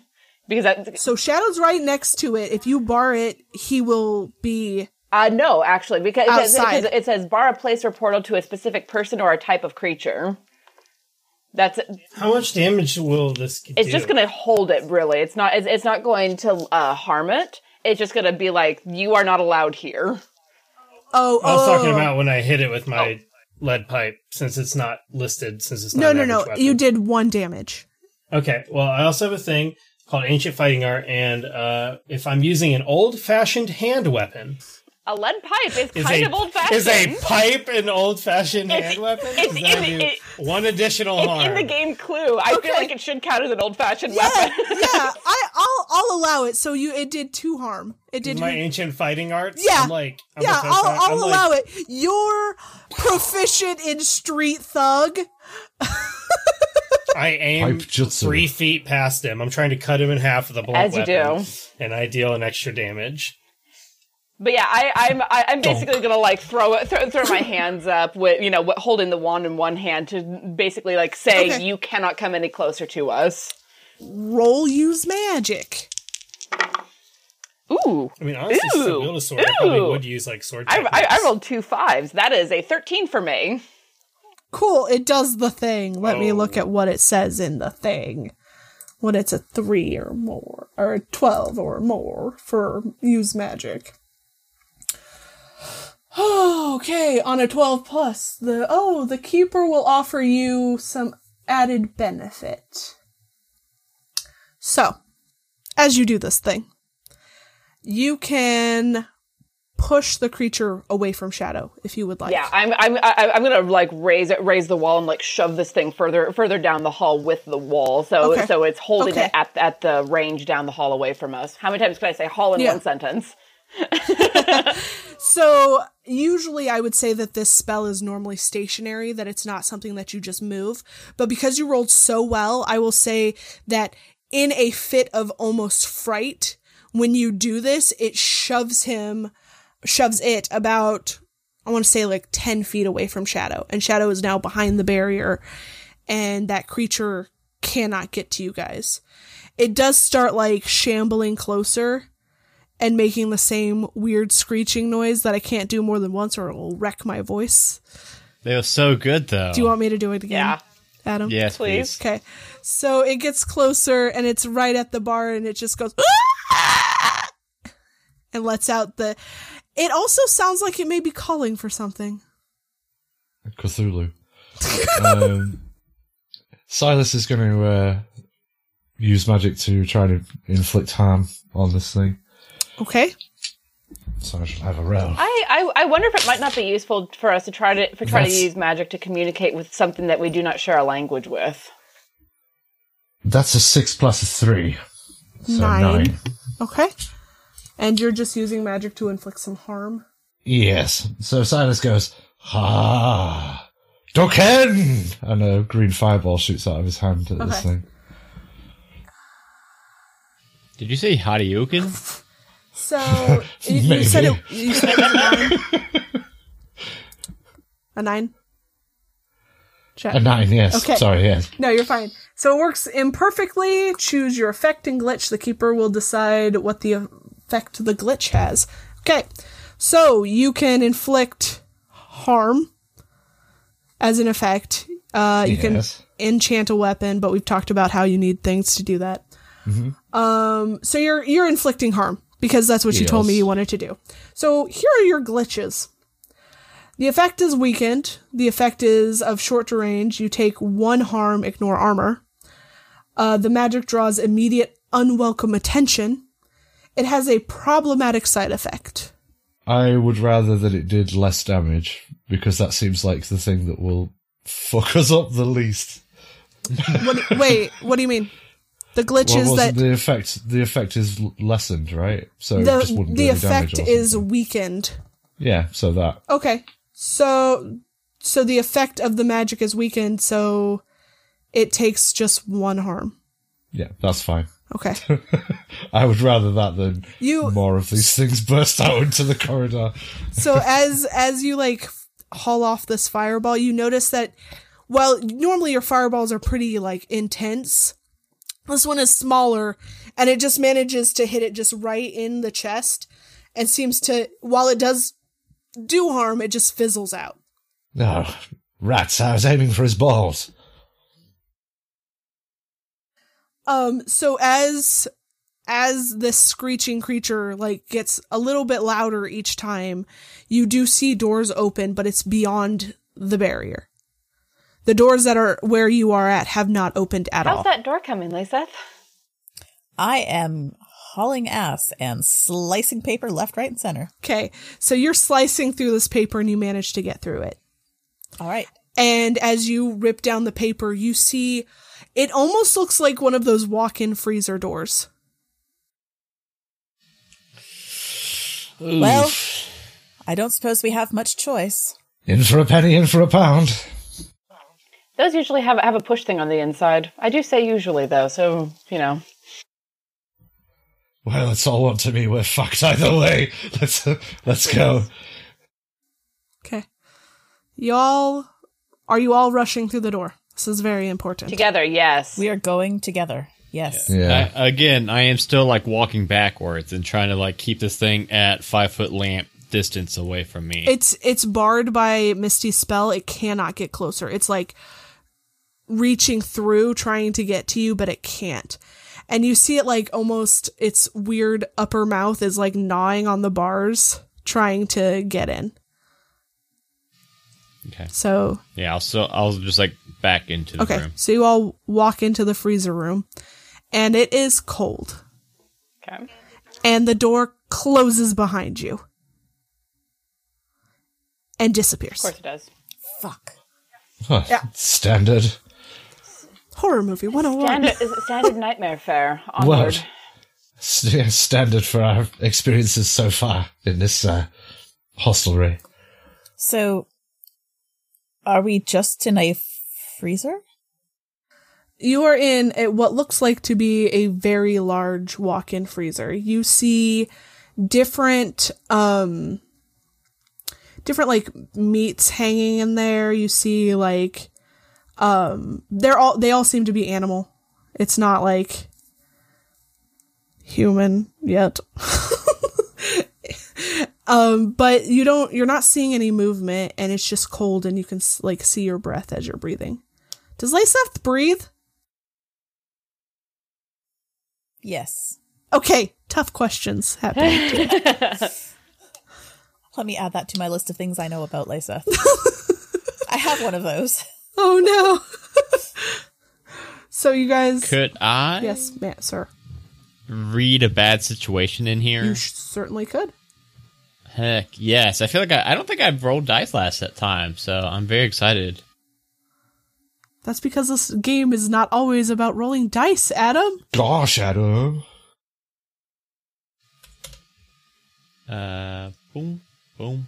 [SPEAKER 8] because that,
[SPEAKER 1] so Shadow's right next to it. If you bar it, he will be
[SPEAKER 8] uh, no, actually, because because-
[SPEAKER 1] Outside.
[SPEAKER 8] because it says bar a place or portal to a specific person or a type of creature. That's
[SPEAKER 6] How much damage will this do?
[SPEAKER 8] it's just gonna hold it. Really, it's not it's, it's not going to uh, harm it. It's just gonna be like you are not allowed here.
[SPEAKER 1] Oh,
[SPEAKER 6] I was
[SPEAKER 1] oh,
[SPEAKER 6] talking about when I hit it with my
[SPEAKER 8] Oh.
[SPEAKER 6] lead pipe, since it's not listed, since it's not.
[SPEAKER 1] No,
[SPEAKER 6] an
[SPEAKER 1] no, no.
[SPEAKER 6] average weapon.
[SPEAKER 1] You did one damage.
[SPEAKER 6] Okay. Well, I also have a thing called ancient fighting art, and uh, if I'm using an old-fashioned hand weapon,
[SPEAKER 8] A lead pipe is
[SPEAKER 6] is
[SPEAKER 8] kind
[SPEAKER 6] a
[SPEAKER 8] of old fashioned.
[SPEAKER 6] is a pipe an old-fashioned hand weapon?
[SPEAKER 8] it's-
[SPEAKER 6] Does that
[SPEAKER 8] it-
[SPEAKER 6] do
[SPEAKER 8] it-
[SPEAKER 6] one additional
[SPEAKER 8] It's
[SPEAKER 6] harm.
[SPEAKER 8] in the game Clue. I feel like it should count as an old fashioned
[SPEAKER 1] yeah,
[SPEAKER 8] weapon.
[SPEAKER 1] yeah. I, I'll I'll allow it. So you, it did two harm. It did.
[SPEAKER 6] my
[SPEAKER 1] you-
[SPEAKER 6] ancient fighting arts.
[SPEAKER 1] Yeah.
[SPEAKER 6] I'm like, I'm
[SPEAKER 1] yeah,
[SPEAKER 6] a
[SPEAKER 1] I'll,
[SPEAKER 6] post-doc.
[SPEAKER 1] I'll
[SPEAKER 6] I'm like,
[SPEAKER 1] allow it. You're proficient in street thug.
[SPEAKER 6] I aim
[SPEAKER 5] Pipe jutsu.
[SPEAKER 6] three feet past him. I'm trying to cut him in half with a blunt
[SPEAKER 8] As you
[SPEAKER 6] weapon,
[SPEAKER 8] do.
[SPEAKER 6] and I deal an extra damage.
[SPEAKER 8] But yeah, I, I'm I, I'm basically gonna like throw it, throw, throw my hands up with you know what- holding the wand in one hand to basically like say
[SPEAKER 1] Okay.
[SPEAKER 8] you cannot come any closer to us.
[SPEAKER 1] Roll use magic.
[SPEAKER 8] Ooh,
[SPEAKER 6] I mean, honestly, since I
[SPEAKER 8] Ooh.
[SPEAKER 6] build a sword, I probably
[SPEAKER 8] Ooh.
[SPEAKER 6] would use like sword.
[SPEAKER 8] I, I, I
[SPEAKER 6] techniques.
[SPEAKER 8] rolled two fives. That is a thirteen for me.
[SPEAKER 1] Cool. It does the thing. Let me
[SPEAKER 6] Oh.
[SPEAKER 1] look at what it says in the thing. When it's a three or more, or a twelve or more for use magic. okay, on a twelve plus, the oh the keeper will offer you some added benefit. So, as you do this thing, you can push the creature away from shadow if you would like.
[SPEAKER 8] Yeah, I'm I'm I, I'm gonna like raise it, raise the wall and like shove this thing further further down the hall with the wall. So
[SPEAKER 1] Okay.
[SPEAKER 8] so it's holding
[SPEAKER 1] Okay.
[SPEAKER 8] it at at the range down the hall away from us. How many times can I say hall in
[SPEAKER 1] Yeah.
[SPEAKER 8] one sentence?
[SPEAKER 1] So usually I would say that this spell is normally stationary, that it's not something that you just move. But because you rolled so well, I will say that in a fit of almost fright, when you do this, it shoves him, shoves it about, I want to say like 10 feet away from Shadow. And Shadow is now behind the barrier, and that creature cannot get to you guys. It does start like shambling closer and making the same weird screeching noise that I can't do more than once or it will wreck my voice.
[SPEAKER 3] They were so good though.
[SPEAKER 1] Do you want me to do it again?
[SPEAKER 8] Yeah.
[SPEAKER 1] Adam?
[SPEAKER 3] yes,
[SPEAKER 8] Please.
[SPEAKER 3] please.
[SPEAKER 1] Okay. So it gets closer and it's right at the bar and it just goes and lets out the it also sounds like it may be calling for something.
[SPEAKER 5] Cthulhu. um, Silas is going to uh, use magic to try to inflict harm on this thing.
[SPEAKER 1] Okay.
[SPEAKER 5] So I shall have a roll.
[SPEAKER 8] I, I I wonder if it might not be useful for us to try to for try to
[SPEAKER 5] Yes.
[SPEAKER 8] use magic to communicate with something that we do not share a language with.
[SPEAKER 5] That's a six plus a three. So
[SPEAKER 1] Nine.
[SPEAKER 5] nine.
[SPEAKER 1] Okay. And you're just using magic to inflict some harm.
[SPEAKER 5] Yes. So Silas goes, Ah, Dokken! And a green fireball shoots out of his hand at this
[SPEAKER 1] Okay.
[SPEAKER 5] thing.
[SPEAKER 3] Did you say Hadiukin?
[SPEAKER 1] So you, you said it. You said it was a nine. a nine. Check.
[SPEAKER 5] A nine, yes.
[SPEAKER 1] Okay.
[SPEAKER 5] Sorry, yes.
[SPEAKER 1] No, you're fine. So it works imperfectly. Choose your effect and glitch. The keeper will decide what the effect the glitch has. Okay. So you can inflict harm as an effect. Uh, you
[SPEAKER 5] Yes.
[SPEAKER 1] can enchant a weapon, but we've talked about how you need things to do that. Um, so you're you're inflicting harm because that's what you told me
[SPEAKER 5] Yes.
[SPEAKER 1] you wanted to do. So here are your glitches. The effect is weakened. The effect is of short range. You take one harm, ignore armor. Uh, the magic draws immediate unwelcome attention. It has a problematic side effect.
[SPEAKER 5] I would rather that it did less damage because that seems like the thing that will fuck us up the least.
[SPEAKER 1] What, wait, what do you mean? The glitch
[SPEAKER 5] Well,
[SPEAKER 1] is
[SPEAKER 5] wasn't
[SPEAKER 1] that
[SPEAKER 5] the effect the effect is l- lessened, right? So it just
[SPEAKER 1] the,
[SPEAKER 5] wouldn't do
[SPEAKER 1] the
[SPEAKER 5] any damage
[SPEAKER 1] effect
[SPEAKER 5] or
[SPEAKER 1] is
[SPEAKER 5] something.
[SPEAKER 1] weakened.
[SPEAKER 5] yeah. So that
[SPEAKER 1] Okay. So so the effect of the magic is weakened, so it takes just one harm.
[SPEAKER 5] yeah, that's fine.
[SPEAKER 1] Okay.
[SPEAKER 5] I would rather that than
[SPEAKER 1] You-
[SPEAKER 5] more of these things burst out into the corridor.
[SPEAKER 1] so as as you like f- haul off this fireball, you notice that while normally your fireballs are pretty like intense, this one is smaller and it just manages to hit it just right in the chest and seems to while it does do harm, it just fizzles out.
[SPEAKER 5] No, rats! I was aiming for his balls.
[SPEAKER 1] Um, so as as this screeching creature like gets a little bit louder each time, you do see doors open, but it's beyond the barrier. The doors that are where you are at have not opened at all.
[SPEAKER 8] How's that door coming, Lyseth?
[SPEAKER 2] I am hauling ass and slicing paper left, right, and center.
[SPEAKER 1] okay, so you're slicing through this paper and you manage to get through it.
[SPEAKER 2] All right.
[SPEAKER 1] And as you rip down the paper, you see it almost looks like one of those walk-in freezer doors.
[SPEAKER 2] Well, I don't suppose we have much choice.
[SPEAKER 5] In for a penny, in for a pound.
[SPEAKER 8] Those usually have have a push thing on the inside. I do say usually though, so you know.
[SPEAKER 5] Well, it's all one to me. We're fucked either way. Let's let's go.
[SPEAKER 1] Okay. Y'all are you all rushing through the door? This is very important.
[SPEAKER 8] Together, yes.
[SPEAKER 2] We are going together. Yes.
[SPEAKER 5] Yeah.
[SPEAKER 3] I, again, I am still like walking backwards and trying to like keep this thing at five foot lamp distance away from me.
[SPEAKER 1] It's it's barred by Misty's spell. It cannot get closer. It's like reaching through, trying to get to you, but it can't. And you see it like almost its weird upper mouth is like gnawing on the bars, trying to get in.
[SPEAKER 3] Okay.
[SPEAKER 1] So
[SPEAKER 3] yeah, I'll so I'll just like back into the
[SPEAKER 1] okay,
[SPEAKER 3] room.
[SPEAKER 1] so you all walk into the freezer room, and it is cold,
[SPEAKER 8] okay.
[SPEAKER 1] and the door closes behind you and disappears.
[SPEAKER 8] Of course it does.
[SPEAKER 2] Fuck.
[SPEAKER 5] Huh, Standard.
[SPEAKER 1] Horror movie 101.
[SPEAKER 8] Standard, is it standard nightmare fare onward.
[SPEAKER 5] Word. S- yeah, Standard for our experiences so far in this uh, hostelry.
[SPEAKER 2] So, are we just in a freezer?
[SPEAKER 1] you are in a, what looks like to be a very large walk-in freezer. You see different um different like meats hanging in there. You see like um they're all they all seem to be animal. It's not like human yet. um but you don't you're not seeing any movement and it's just cold and you can s- like see your breath as you're breathing. Does Lyseth breathe?
[SPEAKER 2] Yes.
[SPEAKER 1] Okay, tough questions happening.
[SPEAKER 2] Let me add that to my list of things I know about Lysa. I have one of those.
[SPEAKER 1] oh no. so you guys
[SPEAKER 3] Could I
[SPEAKER 1] Yes, ma- sir.
[SPEAKER 3] read a bad situation in here?
[SPEAKER 1] You sh- certainly could.
[SPEAKER 3] Heck yes. I feel like I, I don't think I rolled dice last that time, so I'm very excited.
[SPEAKER 1] That's because this game is not always about rolling dice, Adam.
[SPEAKER 5] Gosh, Adam.
[SPEAKER 3] Uh, boom, boom.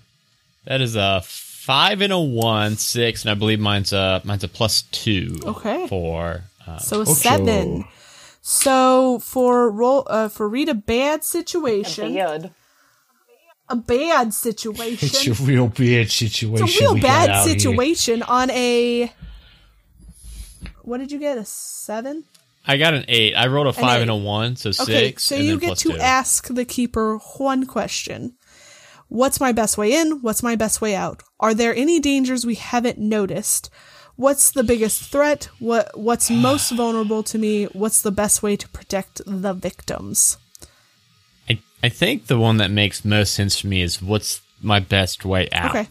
[SPEAKER 3] That is a five and a one, six, and I believe mine's a mine's a plus two.
[SPEAKER 1] Okay.
[SPEAKER 3] For uh,
[SPEAKER 1] So a seven. So for roll uh, for read a bad situation,
[SPEAKER 8] Good.
[SPEAKER 1] a bad
[SPEAKER 5] It's a
[SPEAKER 1] situation,
[SPEAKER 5] real weird situation.
[SPEAKER 1] it's a real
[SPEAKER 5] we got
[SPEAKER 1] bad
[SPEAKER 5] out here.
[SPEAKER 1] situation on a. What did you get? A seven.
[SPEAKER 3] I got an eight. I rolled a five
[SPEAKER 1] eight.
[SPEAKER 3] and a one, so six.
[SPEAKER 1] Okay, so
[SPEAKER 3] and
[SPEAKER 1] you
[SPEAKER 3] then
[SPEAKER 1] get
[SPEAKER 3] plus
[SPEAKER 1] to
[SPEAKER 3] two.
[SPEAKER 1] ask the keeper one question. What's my best way in? What's my best way out? Are there any dangers we haven't noticed? What's the biggest threat? What what's most vulnerable to me? What's the best way to protect the victims?
[SPEAKER 3] I, I think the one that makes most sense for me is what's my best way out.
[SPEAKER 1] Okay.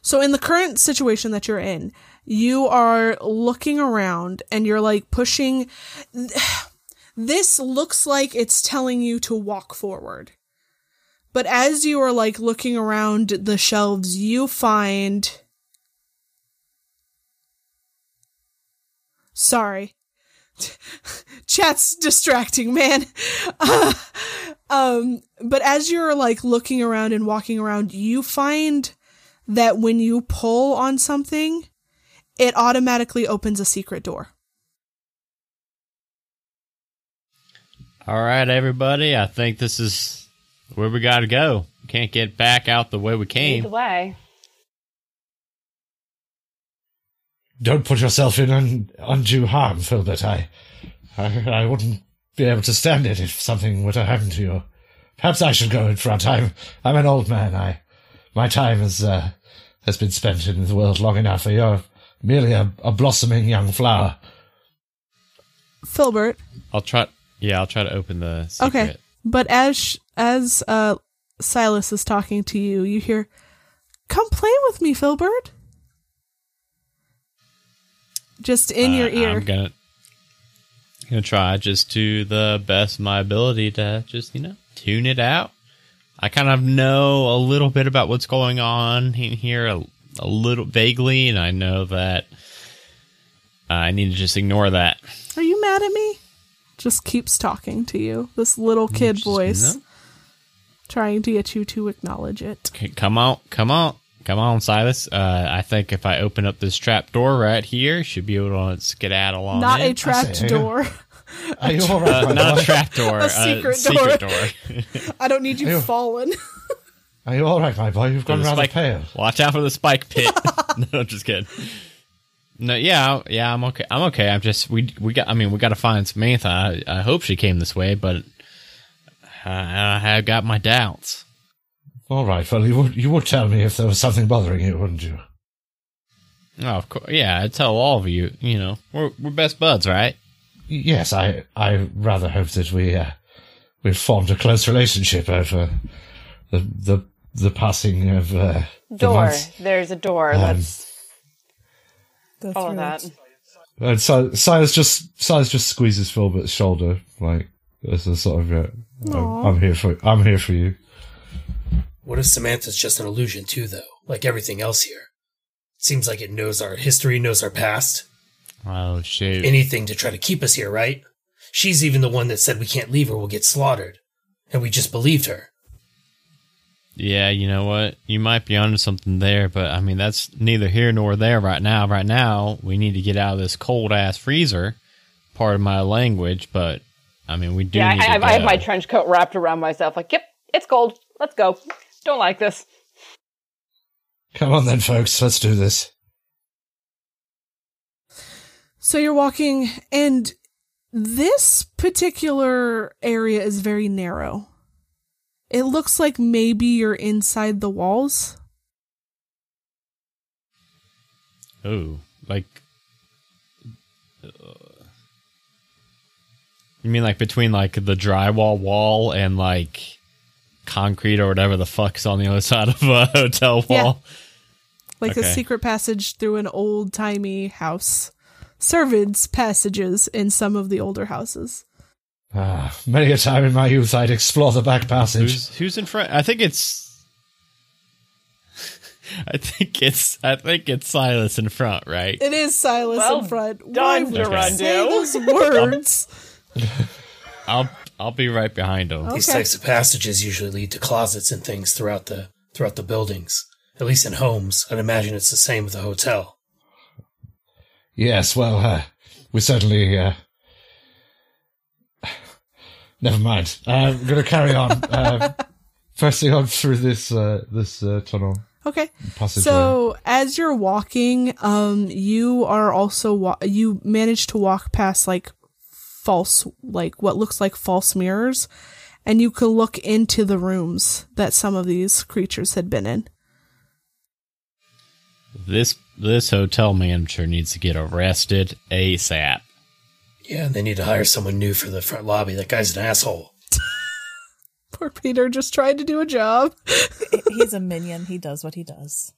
[SPEAKER 1] So in the current situation that you're in, you are looking around and you're like pushing this looks like it's telling you to walk forward. But as you are like looking around the shelves, you find Sorry. Chat's distracting, man. um but as you're like looking around and walking around, you find that when you pull on something, it automatically opens a secret door.
[SPEAKER 3] All right, everybody. I think this is where we got to go. We can't get back out the way we
[SPEAKER 8] Lead the
[SPEAKER 3] came.
[SPEAKER 8] way.
[SPEAKER 5] Don't put yourself in un- undue harm, Filbert. I, I, I wouldn't be able to stand it if something were to happen to you. Perhaps I should go in front. I'm, I'm an old man. I, my time has, uh, has been spent in the world long enough. You're merely a, a blossoming young flower.
[SPEAKER 1] Filbert,
[SPEAKER 3] I'll try. Yeah, I'll try to open the secret.
[SPEAKER 1] okay. But as sh- as uh, Silas is talking to you, you hear, "Come play with me, Filbert." Just in
[SPEAKER 3] Uh,
[SPEAKER 1] your ear.
[SPEAKER 3] I'm gonna gonna try just to the best of my ability to just you know tune it out. I kind of know a little bit about what's going on in here a, a little vaguely, and I know that I need to just ignore that.
[SPEAKER 1] Are you mad at me? Just keeps talking to you. This little kid
[SPEAKER 3] Just,
[SPEAKER 1] voice,
[SPEAKER 3] no.
[SPEAKER 1] trying to get you to acknowledge it.
[SPEAKER 3] C- Come on, come on, come on, Silas. Uh, I think if I open up this trap door right here, should be able to skedaddle on
[SPEAKER 1] Not
[SPEAKER 3] in.
[SPEAKER 1] a trapped
[SPEAKER 5] yeah.
[SPEAKER 1] door.
[SPEAKER 5] Are you all right,
[SPEAKER 3] Uh,
[SPEAKER 5] my
[SPEAKER 3] not
[SPEAKER 5] boy?
[SPEAKER 3] a trap door, a
[SPEAKER 1] secret
[SPEAKER 3] secret
[SPEAKER 1] door.
[SPEAKER 3] door.
[SPEAKER 1] I don't need you
[SPEAKER 5] Ew.
[SPEAKER 1] fallen.
[SPEAKER 5] Are you all right, my boy? You've gone
[SPEAKER 3] The
[SPEAKER 5] rather
[SPEAKER 3] spike-
[SPEAKER 5] pale.
[SPEAKER 3] Watch out for the spike pit. no, I'm just kidding. No, yeah, yeah, I'm okay. I'm okay. I'm just we we got. I mean, we got to find Samantha. I, I hope she came this way, but I, I have got my doubts.
[SPEAKER 5] All right, well, you would, you would tell me if there was something bothering you, wouldn't you?
[SPEAKER 3] Oh, of course. Yeah, I tell all of you. You know, we're we're best buds, right?
[SPEAKER 5] Yes, I I rather hope that we uh, we've formed a close relationship over the the the passing of uh, the
[SPEAKER 8] Door.
[SPEAKER 5] months.
[SPEAKER 8] There's a door.
[SPEAKER 5] Um,
[SPEAKER 8] Let's
[SPEAKER 2] Go
[SPEAKER 8] follow
[SPEAKER 3] Oh,
[SPEAKER 2] through
[SPEAKER 8] that.
[SPEAKER 2] it.
[SPEAKER 5] And si- Silas just Silas just squeezes Filbert's shoulder like as a sort of uh, I'm, I'm here for I'm here for you.
[SPEAKER 6] What if Samantha's just an illusion too, though? Like everything else here, seems like it knows our history, knows our past.
[SPEAKER 3] Oh shoot!
[SPEAKER 6] Anything to try to keep us here, right? She's even the one that said we can't leave or we'll get slaughtered, and we just believed her.
[SPEAKER 3] yeah, you know what? You might be onto something there, but I mean, that's neither here nor there right now. Right now, we need to get out of this cold ass freezer. Part of my language, but I mean, we do.
[SPEAKER 8] Yeah,
[SPEAKER 3] need
[SPEAKER 8] I, I, have,
[SPEAKER 3] to
[SPEAKER 8] I have my
[SPEAKER 3] go.
[SPEAKER 8] trench coat wrapped around myself. Like, yep, it's cold. Let's go. Don't like this.
[SPEAKER 5] Come on then, folks, let's do this.
[SPEAKER 1] So you're walking, and this particular area is very narrow. It looks like maybe you're inside the walls.
[SPEAKER 3] Oh, like. uh, You mean like between like the drywall wall and like concrete or whatever the fuck's on the other side of a hotel
[SPEAKER 1] Yeah.
[SPEAKER 3] wall?
[SPEAKER 1] like a
[SPEAKER 3] Okay.
[SPEAKER 1] secret passage through an old timey house. Servants' passages in some of the older houses.
[SPEAKER 5] Ah, many a time in my youth, I'd explore the back passage.
[SPEAKER 3] Who's who's in front? I think it's. I think it's I think it's Silas in front, right?
[SPEAKER 1] It is Silas
[SPEAKER 8] Well
[SPEAKER 1] in front. Why
[SPEAKER 8] done,
[SPEAKER 1] would you
[SPEAKER 3] Okay.
[SPEAKER 1] say
[SPEAKER 8] Gerundo.
[SPEAKER 1] those words?
[SPEAKER 3] I'll I'll be right behind him.
[SPEAKER 6] These
[SPEAKER 1] Okay.
[SPEAKER 6] types of passages usually lead to closets and things throughout the throughout the buildings. At least in homes, I'd imagine it's the same with the hotel.
[SPEAKER 5] Yes, well, uh, we certainly. Uh, never mind. Uh, I'm going to carry on. Uh, pressing on through this uh, this uh, tunnel
[SPEAKER 1] Okay.
[SPEAKER 5] passageway.
[SPEAKER 1] So as you're walking, um, you are also wa- you manage to walk past like false, like what looks like false mirrors, and you can look into the rooms that some of these creatures had been in.
[SPEAKER 3] This this hotel manager needs to get arrested ASAP.
[SPEAKER 6] Yeah, and they need to hire someone new for the front lobby. That guy's an asshole.
[SPEAKER 1] Poor Peter just tried to do a job.
[SPEAKER 2] He's a minion. He does what he does.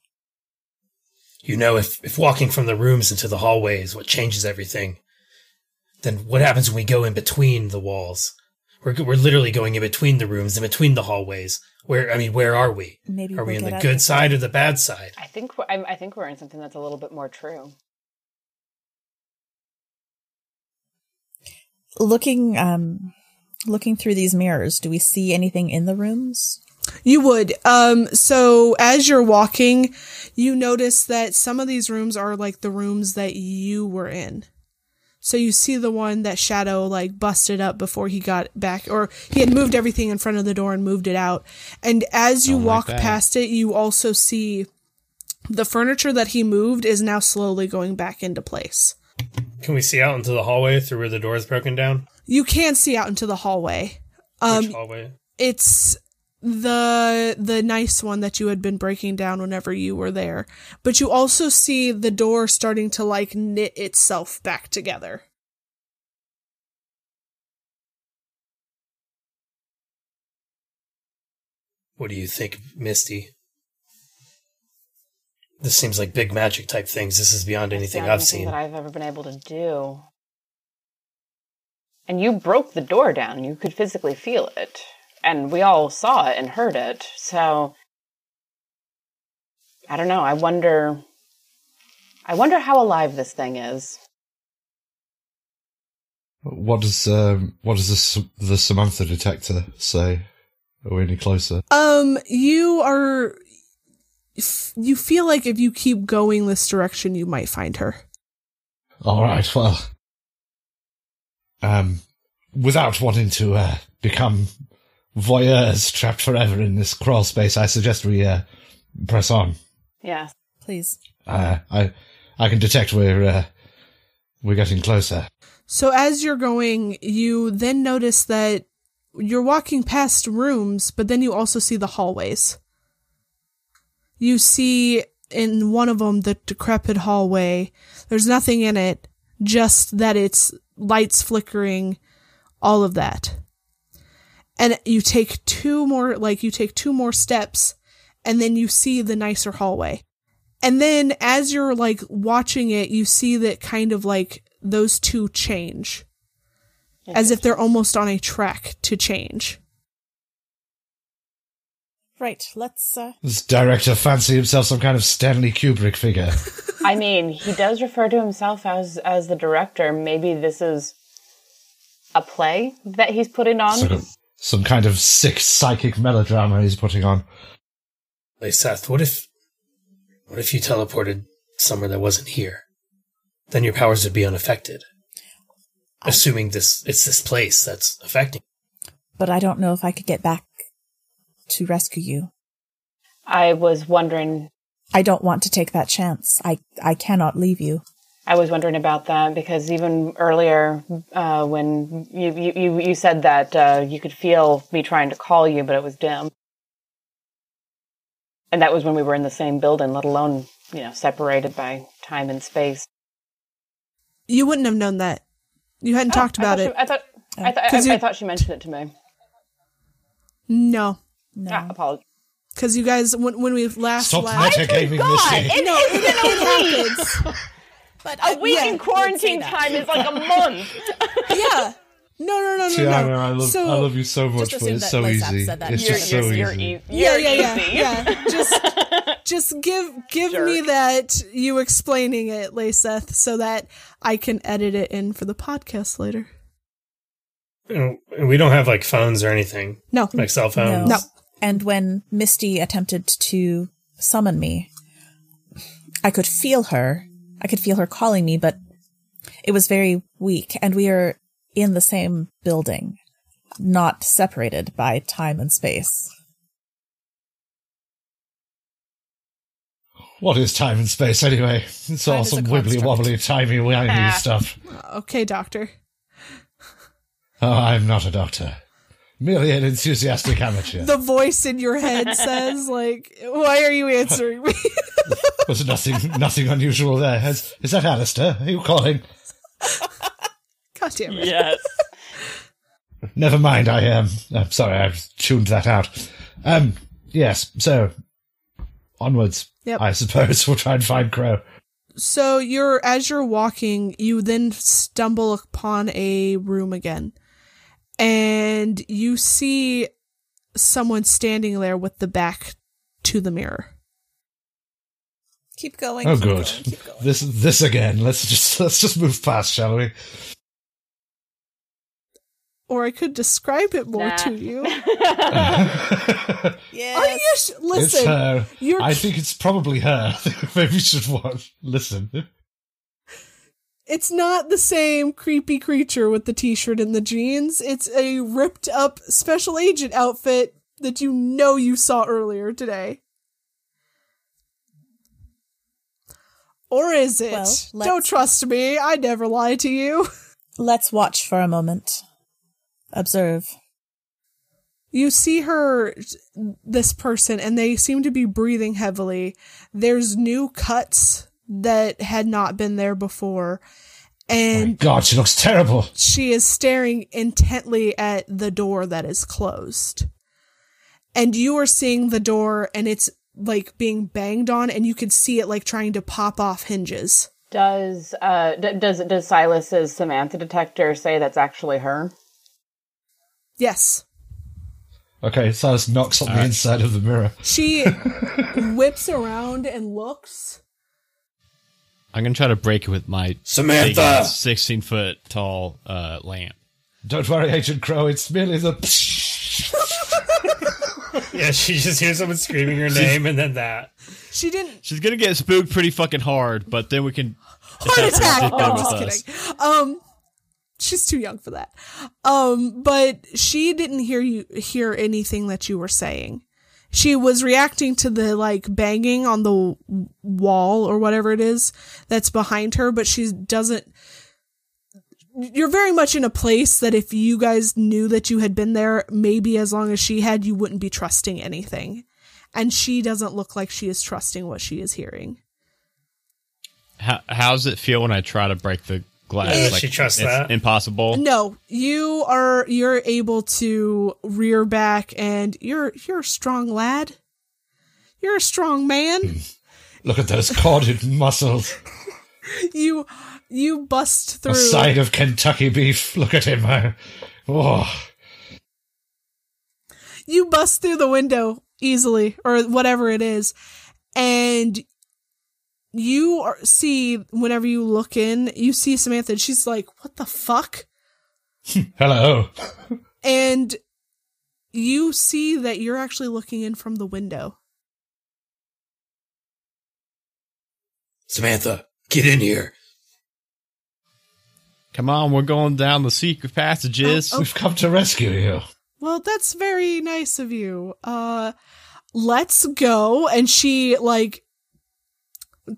[SPEAKER 6] You know, if, if walking from the rooms into the hallway is what changes everything, then what happens when we go in between the walls? We're, we're literally going in between the rooms, in between the hallways. Where I mean, where are we?
[SPEAKER 2] Maybe
[SPEAKER 6] are we
[SPEAKER 2] we'll get
[SPEAKER 6] on the
[SPEAKER 2] out
[SPEAKER 6] good
[SPEAKER 2] of-
[SPEAKER 6] side or the bad side?
[SPEAKER 8] I think we're, I, I think we're in something that's a little bit more true.
[SPEAKER 2] Looking, um, looking through these mirrors, do we see anything in the rooms?
[SPEAKER 1] You would. Um, so as you're walking, you notice that some of these rooms are like the rooms that you were in. So you see the one that Shadow like busted up before he got back, or he had moved everything in front of the door and moved it out. And as you
[SPEAKER 3] Don't like
[SPEAKER 1] walk
[SPEAKER 3] that.
[SPEAKER 1] past it, you also see the furniture that he moved is now slowly going back into place.
[SPEAKER 6] Can we see out into the hallway through where the door is broken down?
[SPEAKER 1] You can see out into the hallway. Um,
[SPEAKER 2] Um,
[SPEAKER 6] Which hallway?
[SPEAKER 1] it's the the nice one that you had been breaking down whenever you were there but you also see the door starting to like knit itself back together
[SPEAKER 6] What do you think, Misty? This seems like big magic type things. This is beyond
[SPEAKER 8] That's the
[SPEAKER 6] anything
[SPEAKER 8] only
[SPEAKER 6] I've
[SPEAKER 8] thing
[SPEAKER 6] seen.
[SPEAKER 8] that I've ever been able to do. And you broke the door down. You could physically feel it, and we all saw it and heard it. So I don't know. I wonder. I wonder how alive this thing is.
[SPEAKER 5] what does um, what does the S- the Samantha detector say? Are we any closer?
[SPEAKER 1] um you are f- you feel like if you keep going this direction you might find her
[SPEAKER 5] All right. Well, um, without wanting to uh, become voyeurs trapped forever in this crawl space, I suggest we uh, press on.
[SPEAKER 8] Yeah.
[SPEAKER 2] Please.
[SPEAKER 5] Uh, I I can detect we're uh, we're getting closer.
[SPEAKER 1] so as you're going you then notice that you're walking past rooms but then you also see the hallways you see in one of them the decrepit hallway. There's nothing in it, just that it's lights flickering, all of that. And you take two more, like you take two more steps, and then you see the nicer hallway. And then as you're like watching it, you see that kind of like those two change. As if they're almost on a track to change.
[SPEAKER 2] Right. Let's, uh,
[SPEAKER 5] This director fancy himself some kind of Stanley Kubrick figure.
[SPEAKER 8] I mean, he does refer to himself as as the director. Maybe this is a play that he's putting on.
[SPEAKER 5] Sort of- some kind of sick psychic melodrama he's putting on.
[SPEAKER 6] Hey Seth, what if what if you teleported somewhere that wasn't here? Then your powers would be unaffected. Assuming this it's this place that's affecting.
[SPEAKER 2] but I don't know if I could get back to rescue you.
[SPEAKER 8] I was wondering.
[SPEAKER 2] I don't want to take that chance. I, I cannot leave you.
[SPEAKER 8] I was wondering about that because even earlier, uh, when you, you you you said that uh, you could feel me trying to call you, but it was dim, and that was when we were in the same building, let alone you know separated by time and space.
[SPEAKER 1] You wouldn't have known that. You hadn't talked
[SPEAKER 8] I
[SPEAKER 1] about
[SPEAKER 8] thought
[SPEAKER 1] it.
[SPEAKER 8] she- I thought I, thought-
[SPEAKER 1] 'Cause
[SPEAKER 8] I,
[SPEAKER 1] you-
[SPEAKER 8] I thought she mentioned it to me.
[SPEAKER 1] no.
[SPEAKER 2] No.
[SPEAKER 8] Ah, apologies.
[SPEAKER 1] Because you guys, when, when we last
[SPEAKER 5] Stop
[SPEAKER 1] laughed,
[SPEAKER 5] metagaming, Missy.
[SPEAKER 1] no, Oh it, it happens.
[SPEAKER 2] But
[SPEAKER 8] A week in quarantine time is like a month.
[SPEAKER 1] Yeah. No, no, no, no, no.
[SPEAKER 5] Tiana, I love
[SPEAKER 1] so,
[SPEAKER 5] I love you so much,
[SPEAKER 2] just
[SPEAKER 5] but
[SPEAKER 2] assume
[SPEAKER 5] it's
[SPEAKER 2] that
[SPEAKER 5] so
[SPEAKER 2] Lysap
[SPEAKER 5] easy.
[SPEAKER 2] said that
[SPEAKER 5] It's
[SPEAKER 2] to
[SPEAKER 8] You're,
[SPEAKER 5] just so
[SPEAKER 8] you're, you're,
[SPEAKER 5] easy.
[SPEAKER 8] e-
[SPEAKER 1] Yeah,
[SPEAKER 8] you're
[SPEAKER 1] yeah, yeah,
[SPEAKER 8] easy.
[SPEAKER 1] yeah. Just, just give give me that you explaining it, Layseth, so that I can edit it in for the podcast later.
[SPEAKER 6] And we don't have like phones or anything,
[SPEAKER 1] No.
[SPEAKER 6] like cell phones.
[SPEAKER 1] No.
[SPEAKER 2] And when Misty attempted to summon me, I could feel her. I could feel her calling me, but it was very weak. And we are in the same building, not separated by time and space.
[SPEAKER 5] What is time and space anyway? It's
[SPEAKER 2] Time
[SPEAKER 5] all
[SPEAKER 2] is a
[SPEAKER 5] some wibbly wobbly, timey wimey stuff.
[SPEAKER 1] Okay, doctor.
[SPEAKER 5] Oh, I'm not a doctor. Merely an enthusiastic amateur.
[SPEAKER 1] The voice in your head says, like, why are you answering me?
[SPEAKER 5] There's nothing, nothing unusual there. Is, is that Alistair? Are you calling?
[SPEAKER 1] God damn it.
[SPEAKER 8] Yes.
[SPEAKER 5] Never mind. I am. Um, I'm sorry. I've tuned that out. Um. Yes. So, onwards.
[SPEAKER 1] Yep.
[SPEAKER 5] I suppose we'll try and find Crow.
[SPEAKER 1] So you're as you're walking, you then stumble upon a room again. And you see someone standing there with the back to the mirror.
[SPEAKER 2] Keep going.
[SPEAKER 5] oh,
[SPEAKER 2] keep
[SPEAKER 5] good.
[SPEAKER 2] going, keep going.
[SPEAKER 5] This, this again. Let's just let's just move past, shall we?
[SPEAKER 1] Or I could describe it more
[SPEAKER 8] Nah.
[SPEAKER 1] to you. Oh, Are
[SPEAKER 2] Yes.
[SPEAKER 1] you sh-
[SPEAKER 5] it's
[SPEAKER 1] listen?
[SPEAKER 5] her.
[SPEAKER 1] You're
[SPEAKER 5] I think it's probably her. Maybe you should watch. Listen.
[SPEAKER 1] it's not the same creepy creature with the t-shirt and the jeans. It's a ripped up special agent outfit that you know you saw earlier today. Or is it?
[SPEAKER 2] Well, let's-
[SPEAKER 1] Don't trust me. I never lie to you.
[SPEAKER 2] Let's watch for a moment. Observe.
[SPEAKER 1] You see her this person and they seem to be breathing heavily. There's new cuts that had not been there before.
[SPEAKER 5] My
[SPEAKER 1] And
[SPEAKER 5] God, she looks terrible.
[SPEAKER 1] she is staring intently at the door that is closed. And you are seeing the door and it's like being banged on and you can see it like trying to pop off hinges.
[SPEAKER 8] Does uh d- does does Silas's Samantha detector say that's actually her?
[SPEAKER 1] Yes.
[SPEAKER 5] Okay, Silas knocks on the inside of the mirror.
[SPEAKER 1] She whips around and looks.
[SPEAKER 3] I'm gonna try to break it with my big,
[SPEAKER 6] Samantha.
[SPEAKER 3] 16 foot tall uh, lamp.
[SPEAKER 5] Don't worry, Agent Crow. It's merely the.
[SPEAKER 6] Yeah, she just hears someone screaming her name and then that.
[SPEAKER 1] She didn't
[SPEAKER 3] She's gonna get spooked pretty fucking hard, but then we can.
[SPEAKER 1] heart attack.
[SPEAKER 3] Dick
[SPEAKER 1] No,
[SPEAKER 8] Oh,
[SPEAKER 3] down
[SPEAKER 1] I'm
[SPEAKER 3] with
[SPEAKER 1] just
[SPEAKER 3] us.
[SPEAKER 1] kidding. Um she's too young for that. Um but she didn't hear you hear anything that you were saying. She was reacting to the like banging on the w- wall or whatever it is that's behind her, but she doesn't you're very much in a place that if you guys knew that you had been there, maybe as long as she had, you wouldn't be trusting anything. And she doesn't look like she is trusting what she is hearing.
[SPEAKER 3] How, how's it feel when I try to break the glass?
[SPEAKER 6] Yeah, she trusts
[SPEAKER 3] it's
[SPEAKER 6] that.
[SPEAKER 3] Impossible.
[SPEAKER 1] No, you are you're able to rear back and you're you're a strong lad. You're a strong man.
[SPEAKER 5] Look at those corded muscles.
[SPEAKER 1] you you bust
[SPEAKER 5] A
[SPEAKER 1] through.
[SPEAKER 5] side of Kentucky beef. Look at him. uh, Oh,
[SPEAKER 1] You bust through the window easily or whatever it is. And you are, see whenever you look in, you see Samantha and she's like, "What the fuck?"
[SPEAKER 5] hello.
[SPEAKER 1] And you see that you're actually looking in from the window.
[SPEAKER 9] Samantha, get in here.
[SPEAKER 3] Come on, we're going down the secret passages.
[SPEAKER 8] Oh,
[SPEAKER 5] We've come to rescue you.
[SPEAKER 1] Well, that's very nice of you. Uh let's go and she like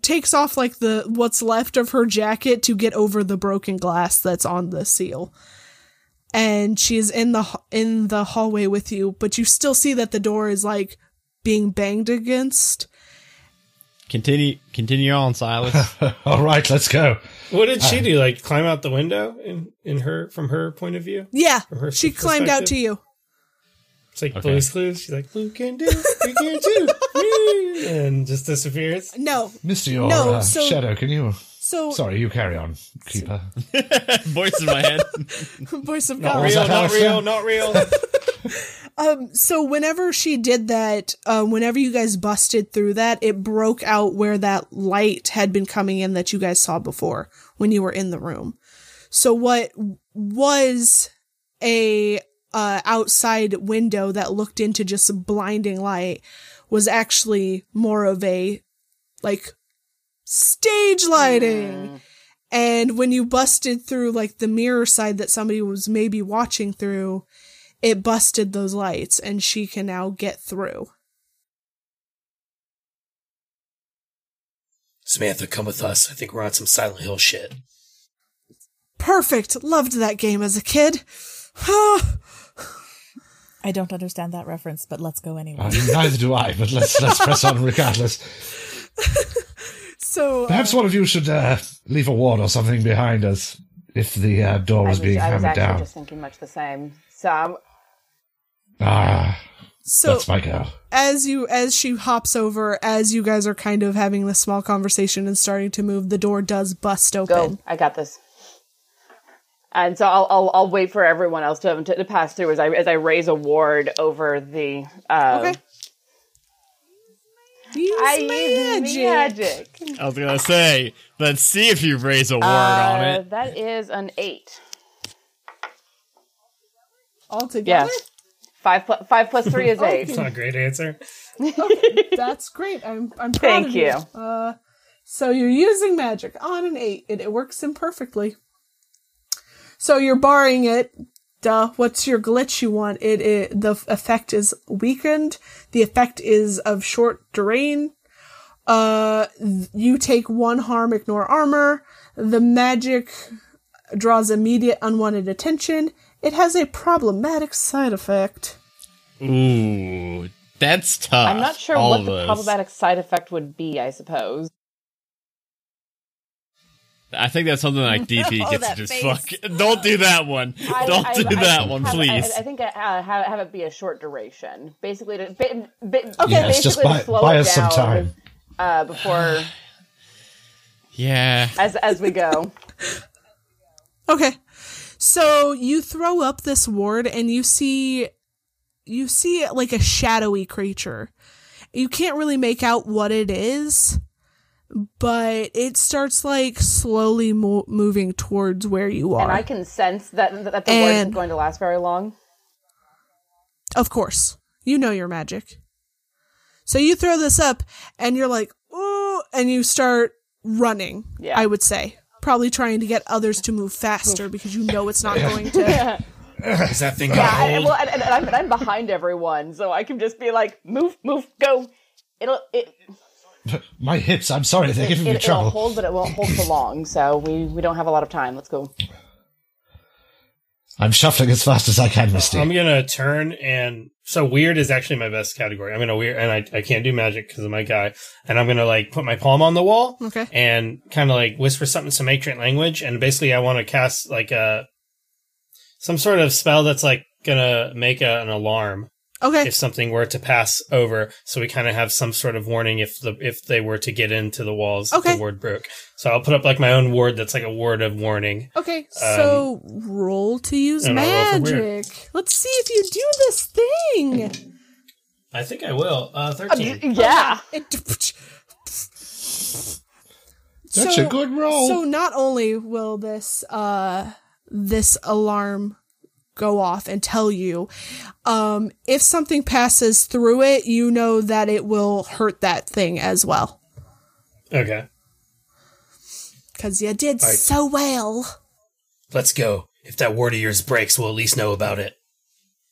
[SPEAKER 1] takes off like the what's left of her jacket to get over the broken glass that's on the seal. And she's in the h- in the hallway with you, but you still see that the door is like being banged against.
[SPEAKER 3] Continue, continue on, Silas.
[SPEAKER 5] All right, let's go.
[SPEAKER 6] What did she do? Like climb out the window in in her from her point of view?
[SPEAKER 1] Yeah.
[SPEAKER 6] From her
[SPEAKER 1] She climbed out to
[SPEAKER 6] perspective.
[SPEAKER 1] you.
[SPEAKER 6] It's like
[SPEAKER 3] Okay.
[SPEAKER 6] Blue's Clues. She's like, Blue can do, we can too, Whee! and just disappears.
[SPEAKER 1] No.
[SPEAKER 5] Mr. Your
[SPEAKER 1] No,
[SPEAKER 5] uh,
[SPEAKER 1] so-
[SPEAKER 5] Shadow, can you.
[SPEAKER 1] So
[SPEAKER 5] Sorry, you carry on, Keeper.
[SPEAKER 3] Voice in my head.
[SPEAKER 1] voice of
[SPEAKER 6] Not
[SPEAKER 1] God.
[SPEAKER 5] was
[SPEAKER 6] real,
[SPEAKER 5] that
[SPEAKER 6] not
[SPEAKER 5] Alistair?
[SPEAKER 6] real, not real.
[SPEAKER 1] Um, so whenever she did that, um, whenever you guys busted through that, it broke out where that light had been coming in that you guys saw before when you were in the room. So what was a uh, outside window that looked into just blinding light was actually more of a like stage lighting. And when you busted through like the mirror side that somebody was maybe watching through, it busted those lights and she can now get through.
[SPEAKER 6] Samantha, come with us. I think we're on some Silent Hill shit.
[SPEAKER 1] Perfect. Loved that game as a kid.
[SPEAKER 2] I don't understand that reference, but let's go anyway.
[SPEAKER 5] I mean, Uh, neither do I, but let's let's press on regardless.
[SPEAKER 1] so uh,
[SPEAKER 5] Perhaps one of you should uh, leave a ward or something behind us if the uh, door
[SPEAKER 8] I
[SPEAKER 5] is
[SPEAKER 8] was,
[SPEAKER 5] being
[SPEAKER 8] I was
[SPEAKER 5] hammered
[SPEAKER 8] actually
[SPEAKER 5] down.
[SPEAKER 8] just thinking much the same. So I'm,
[SPEAKER 5] Ah,
[SPEAKER 1] so
[SPEAKER 5] that's my girl.
[SPEAKER 1] as you as she hops over as you guys are kind of having this small conversation and starting to move the door does bust
[SPEAKER 8] go.
[SPEAKER 1] open
[SPEAKER 8] I got this. And so I'll, I'll I'll wait for everyone else to to, to pass through as I as I raise a ward over the. Uh,
[SPEAKER 1] okay Use
[SPEAKER 8] I
[SPEAKER 1] magic.
[SPEAKER 8] use magic.
[SPEAKER 3] I was gonna say, let's see if you raise a word on
[SPEAKER 8] Uh,
[SPEAKER 3] it.
[SPEAKER 8] that is an eight.
[SPEAKER 1] altogether
[SPEAKER 8] Yes. Five plus five plus three is
[SPEAKER 6] It's
[SPEAKER 8] eight.
[SPEAKER 6] not a great answer.
[SPEAKER 1] that's great i'm i'm proud
[SPEAKER 8] Thank
[SPEAKER 1] of
[SPEAKER 8] you.
[SPEAKER 1] uh so you're using magic on an eight and it works imperfectly so you're barring it duh what's your glitch you want it, it the effect is weakened the effect is of short duration Uh, th- you take one harm, ignore armor. The magic draws immediate unwanted attention. It has a problematic side effect.
[SPEAKER 3] Ooh, that's tough.
[SPEAKER 8] Uh, I'm not sure
[SPEAKER 3] all
[SPEAKER 8] what
[SPEAKER 3] of
[SPEAKER 8] the
[SPEAKER 3] those.
[SPEAKER 8] problematic side effect would be. I suppose.
[SPEAKER 3] I think that's something like DP
[SPEAKER 2] Oh,
[SPEAKER 3] gets to
[SPEAKER 2] that
[SPEAKER 3] just
[SPEAKER 2] face.
[SPEAKER 3] fuck. Don't do that one.
[SPEAKER 8] I-
[SPEAKER 3] Don't
[SPEAKER 8] I-
[SPEAKER 3] do
[SPEAKER 8] I
[SPEAKER 3] that
[SPEAKER 8] think
[SPEAKER 3] one,
[SPEAKER 8] have- I-
[SPEAKER 3] please.
[SPEAKER 8] I, think uh, have, have it be a short duration, basically to ba- ba-
[SPEAKER 1] Okay.
[SPEAKER 5] Yes, just
[SPEAKER 8] basically to
[SPEAKER 5] buy,
[SPEAKER 8] slow
[SPEAKER 5] buy
[SPEAKER 8] it
[SPEAKER 5] us some
[SPEAKER 8] down
[SPEAKER 5] time.
[SPEAKER 8] uh, before
[SPEAKER 3] yeah.
[SPEAKER 8] as as we go.
[SPEAKER 1] Okay. So you throw up this ward and you see you see like a shadowy creature. You can't really make out what it is, but it starts like slowly mo- moving towards where you are.
[SPEAKER 8] And I can sense that that the word
[SPEAKER 1] And-
[SPEAKER 8] isn't going to last very long.
[SPEAKER 1] Of course. You know your magic. So you throw this up and you're like, ooh, and you start running,
[SPEAKER 8] Yeah.
[SPEAKER 1] I would say. Probably trying to get others to move faster because you know it's not going to.
[SPEAKER 6] Is that thing
[SPEAKER 8] Yeah,
[SPEAKER 6] got
[SPEAKER 8] I, I-
[SPEAKER 6] old?
[SPEAKER 8] well, and, and I'm, and I'm behind everyone, so I can just be like, move, move, go. It'll it,
[SPEAKER 5] My hips. I'm sorry, they're giving me
[SPEAKER 8] it it'll
[SPEAKER 5] trouble.
[SPEAKER 8] hold, but it won't hold for long. So we we don't have a lot of time. Let's go.
[SPEAKER 5] I'm shuffling as fast as I can, Misty.
[SPEAKER 6] I'm gonna turn and so weird is actually my best category. I'm gonna weird and I, I can't do magic because of my guy. And I'm gonna like put my palm on the wall
[SPEAKER 1] Okay.
[SPEAKER 6] and kind of like whisper something some ancient language. And basically, I want to cast like a some sort of spell that's like gonna make a, an alarm
[SPEAKER 1] Okay.
[SPEAKER 6] if something were to pass over. So we kind of have some sort of warning if the if they were to get into the walls. if
[SPEAKER 1] Okay.
[SPEAKER 6] The ward broke. So I'll put up like my own ward that's like a ward of warning.
[SPEAKER 1] Okay. So
[SPEAKER 5] Um,
[SPEAKER 1] roll to use
[SPEAKER 6] and I'll roll for weird.
[SPEAKER 1] magic. Let's see if you do this thing.
[SPEAKER 6] I think I will. Uh, Thirteen.
[SPEAKER 8] Yeah.
[SPEAKER 1] It-
[SPEAKER 5] That's
[SPEAKER 1] So-
[SPEAKER 5] a good roll.
[SPEAKER 1] So not only will this uh this alarm go off and tell you um if something passes through it, you know that it will hurt that thing as well
[SPEAKER 6] Okay.
[SPEAKER 1] cuz you did
[SPEAKER 6] Right.
[SPEAKER 1] so well.
[SPEAKER 6] let's go. If that ward of yours breaks, we'll at least know about it.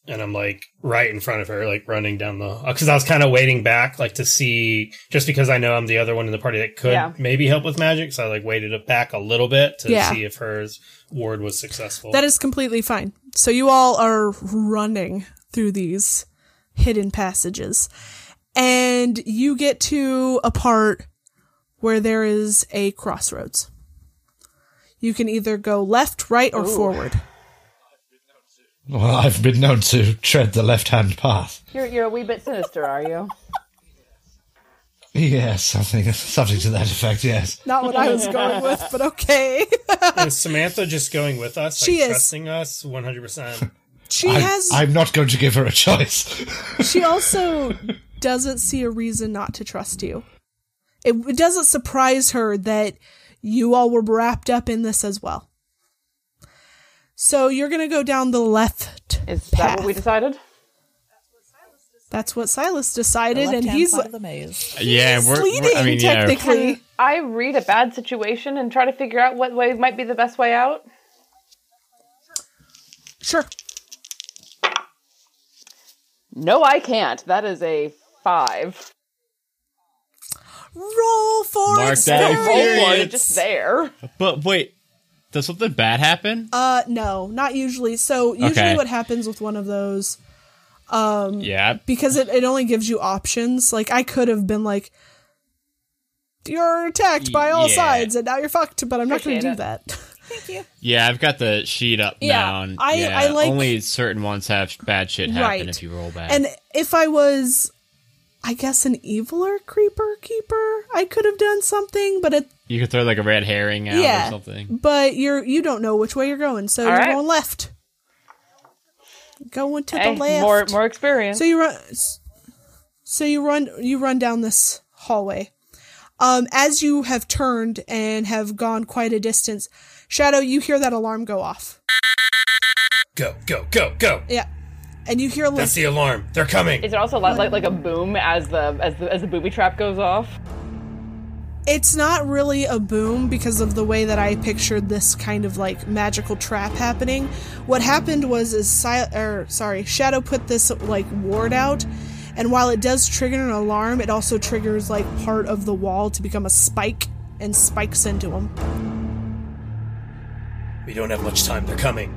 [SPEAKER 6] And I'm like right in front of her, like running down the. Because I was kind of waiting back, like to see, just because I know I'm the other one in the party that could
[SPEAKER 8] Yeah.
[SPEAKER 6] maybe help with magic. So I like waited it back a little bit to
[SPEAKER 1] Yeah.
[SPEAKER 6] see if hers ward was successful.
[SPEAKER 1] That is completely fine. So you all are running through these hidden passages and you get to a part where there is a crossroads. You can either go left, right, or forward.
[SPEAKER 5] well, I've been known to tread the left-hand path.
[SPEAKER 8] You're you're a wee bit sinister, are you?
[SPEAKER 5] Yes, something, something to that effect. Yes.
[SPEAKER 1] Not what I was going with, but okay.
[SPEAKER 6] is Samantha just going with us? Like,
[SPEAKER 1] She is.
[SPEAKER 6] trusting us 100. percent
[SPEAKER 1] She
[SPEAKER 5] I'm,
[SPEAKER 1] has.
[SPEAKER 5] I'm not going to give her a choice.
[SPEAKER 1] she also doesn't see a reason not to trust you. It, it doesn't surprise her that you all were wrapped up in this as well. So you're going to go down the left.
[SPEAKER 8] Is that what we
[SPEAKER 1] Path.
[SPEAKER 8] decided?
[SPEAKER 1] That's what Silas decided, and
[SPEAKER 2] Left-hand
[SPEAKER 1] he's
[SPEAKER 2] side of the maze.
[SPEAKER 3] yeah,
[SPEAKER 1] he's
[SPEAKER 3] we're,
[SPEAKER 1] leading
[SPEAKER 3] we're- I mean, yeah,
[SPEAKER 1] technically.
[SPEAKER 8] I read a bad situation and try to figure out what way might be the best way out.
[SPEAKER 1] Sure.
[SPEAKER 8] No, I can't. That is a five.
[SPEAKER 1] Roll for
[SPEAKER 3] Mark that
[SPEAKER 1] experience.
[SPEAKER 3] Roll
[SPEAKER 8] Roll one,
[SPEAKER 3] Experience.
[SPEAKER 8] it's Oh, just there.
[SPEAKER 3] but wait, does something bad happen?
[SPEAKER 1] Uh, no, not usually. So usually,
[SPEAKER 3] Okay.
[SPEAKER 1] what happens with one of those
[SPEAKER 3] yeah,
[SPEAKER 1] because it, it only gives you options. Like I could have been like, you're attacked by all
[SPEAKER 3] Yeah.
[SPEAKER 1] sides, and now you're fucked. But I'm not going to
[SPEAKER 8] Appreciate
[SPEAKER 1] do
[SPEAKER 8] it.
[SPEAKER 1] that.
[SPEAKER 3] yeah. I've got the sheet up
[SPEAKER 1] Yeah,
[SPEAKER 3] now. and-
[SPEAKER 1] I-
[SPEAKER 3] yeah,
[SPEAKER 1] I like-
[SPEAKER 3] only certain ones have bad shit happen
[SPEAKER 1] Right.
[SPEAKER 3] if you roll bad.
[SPEAKER 1] and if I was, I guess an eviler creeper keeper, I could have done something. But it,
[SPEAKER 3] you could throw like a red herring out
[SPEAKER 1] Yeah.
[SPEAKER 3] or something.
[SPEAKER 1] but you're you don't know which way you're going, so you're
[SPEAKER 8] right.
[SPEAKER 1] going left. Going to
[SPEAKER 8] Hey,
[SPEAKER 1] the left.
[SPEAKER 8] more more experience.
[SPEAKER 1] So you run. s- So you run. You run down this hallway. Um, as you have turned and have gone quite a distance, Shadow, you hear that alarm go off.
[SPEAKER 6] Go, go, go, go.
[SPEAKER 1] Yeah, and you hear
[SPEAKER 6] That's
[SPEAKER 1] Liz-
[SPEAKER 6] the alarm. They're coming.
[SPEAKER 8] is it also like, like like a boom as the as the as the booby trap goes off?
[SPEAKER 1] it's not really a boom because of the way that I pictured this kind of like magical trap happening. What happened was is Sil- or sorry, Shadow put this like ward out, and while it does trigger an alarm, it also triggers like part of the wall to become a spike and spikes into him.
[SPEAKER 6] We don't have much time. They're coming.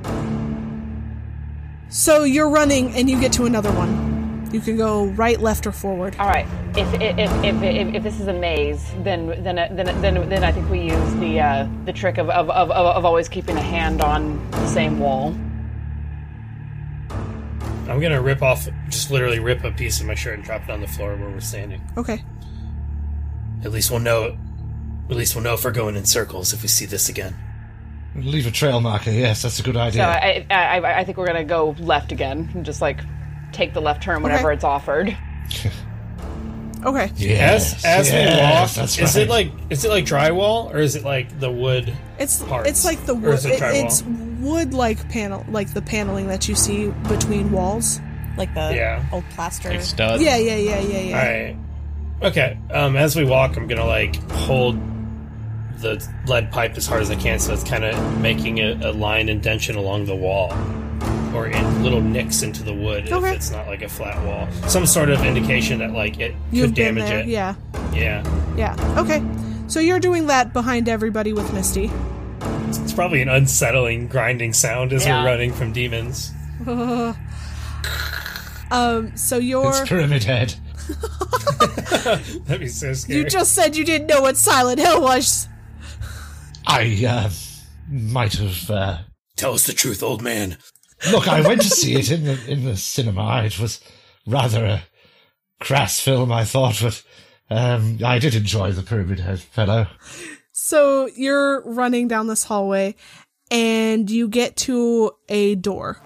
[SPEAKER 1] So you're running and you get to another one. You can go right, left, or forward.
[SPEAKER 8] All right. If if if, if, if, if this is a maze, then then then then, then I think we use the uh, the trick of of, of of of always keeping a hand on the same wall.
[SPEAKER 6] I'm gonna rip off, just literally rip a piece of my shirt and drop it on the floor where we're standing.
[SPEAKER 1] Okay.
[SPEAKER 6] At least we'll know. At least we'll know if we're going in circles if we see this again.
[SPEAKER 5] Leave a trail marker. Yes, that's a good
[SPEAKER 8] So
[SPEAKER 5] idea.
[SPEAKER 8] I, I I I think we're gonna go left again and just like take the left turn whenever
[SPEAKER 1] Okay.
[SPEAKER 8] it's offered.
[SPEAKER 1] Okay.
[SPEAKER 5] yes,
[SPEAKER 6] as as
[SPEAKER 5] yes,
[SPEAKER 6] we walk,
[SPEAKER 5] that's
[SPEAKER 6] is it
[SPEAKER 5] right.
[SPEAKER 6] like is it like drywall or is it like the wood?
[SPEAKER 1] It's
[SPEAKER 6] Parts.
[SPEAKER 1] it's like the
[SPEAKER 6] Or
[SPEAKER 1] wood.
[SPEAKER 6] is it
[SPEAKER 1] it-
[SPEAKER 6] drywall?
[SPEAKER 1] it's wood like panel, like the paneling that you see between walls.
[SPEAKER 2] Like the
[SPEAKER 6] Yeah.
[SPEAKER 2] old plaster.
[SPEAKER 3] Like studs.
[SPEAKER 1] Yeah, yeah, yeah, yeah, yeah.
[SPEAKER 6] All right. Okay. Um, as we walk, I'm gonna like hold the lead pipe as hard as I can, so it's kind of making a, a line indention along the wall, or in little nicks into the wood
[SPEAKER 1] Okay.
[SPEAKER 6] if it's not like a flat wall. Some sort of indication that like it
[SPEAKER 1] You've
[SPEAKER 6] could
[SPEAKER 1] been
[SPEAKER 6] damage
[SPEAKER 1] there.
[SPEAKER 6] it.
[SPEAKER 1] Yeah,
[SPEAKER 6] Yeah.
[SPEAKER 1] yeah. Okay. So you're doing that behind everybody with Misty.
[SPEAKER 6] It's probably an unsettling, grinding sound as
[SPEAKER 8] Yeah.
[SPEAKER 6] we're running from demons.
[SPEAKER 1] Um. So you're.
[SPEAKER 5] It's Pyramid Head.
[SPEAKER 6] That'd be so scary.
[SPEAKER 1] You just said you didn't know what Silent Hill was.
[SPEAKER 5] I uh, might have. Uh,
[SPEAKER 6] Tell us the truth, old man.
[SPEAKER 5] look, I went to see it in the in the cinema. It was rather a crass film, I thought, but um, I did enjoy the Pyramid Head fellow.
[SPEAKER 1] So you're running down this hallway, and you get to a door.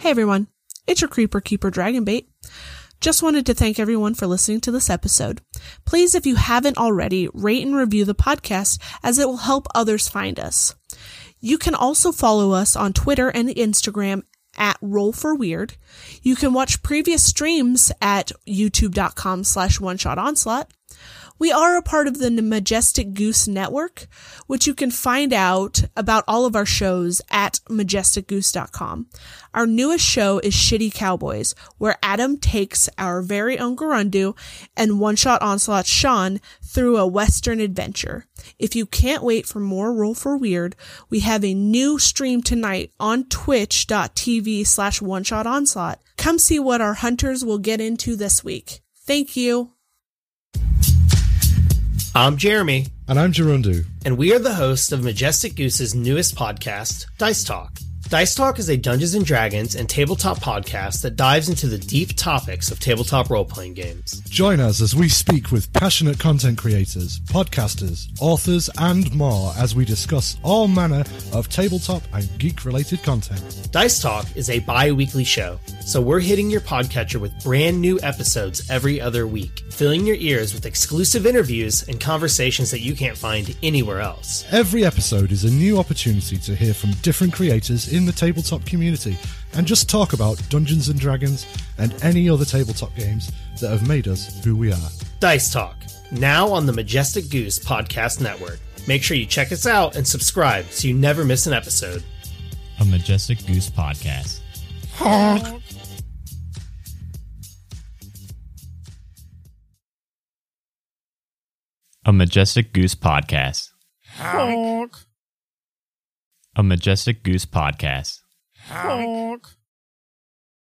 [SPEAKER 1] Hey everyone, it's your Creeper Keeper Dragonbait. Just wanted to thank everyone for listening to this episode. Please, if you haven't already, rate and review the podcast as it will help others find us. You can also follow us on Twitter and Instagram at Roll for Weird. You can watch previous streams at youtube.com slash one shot onslaught. We are a part of the Majestic Goose Network, which you can find out about all of our shows at majesticgoose.com. Our newest show is Shitty Cowboys, where Adam takes our very own Garundu and one shot onslaught Sean through a Western adventure. If you can't wait for more Roll for Weird, we have a new stream tonight on twitch.tv slash one shot onslaught. Come see what our hunters will get into this week. Thank you.
[SPEAKER 6] I'm Jeremy,
[SPEAKER 9] And I'm Gerundu.
[SPEAKER 6] and we are the hosts of Majestic Goose's newest podcast, Dice Talk. Dice Talk is a Dungeons and Dragons and tabletop podcast that dives into the deep topics of tabletop role playing games.
[SPEAKER 9] Join us as we speak with passionate content creators, podcasters, authors, and more as we discuss all manner of tabletop and geek related content.
[SPEAKER 6] Dice Talk is a bi weekly show, so we're hitting your podcatcher with brand new episodes every other week, filling your ears with exclusive interviews and conversations that you can't find anywhere else.
[SPEAKER 9] Every episode is a new opportunity to hear from different creators in the tabletop community and just talk about Dungeons and Dragons and any other tabletop games that have made us who we are.
[SPEAKER 6] Dice Talk, now on the Majestic Goose Podcast Network. Make sure you check us out and subscribe so you never miss an episode.
[SPEAKER 10] A Majestic Goose podcast. A Majestic Goose podcast. A Majestic Goose podcast.
[SPEAKER 11] Honk.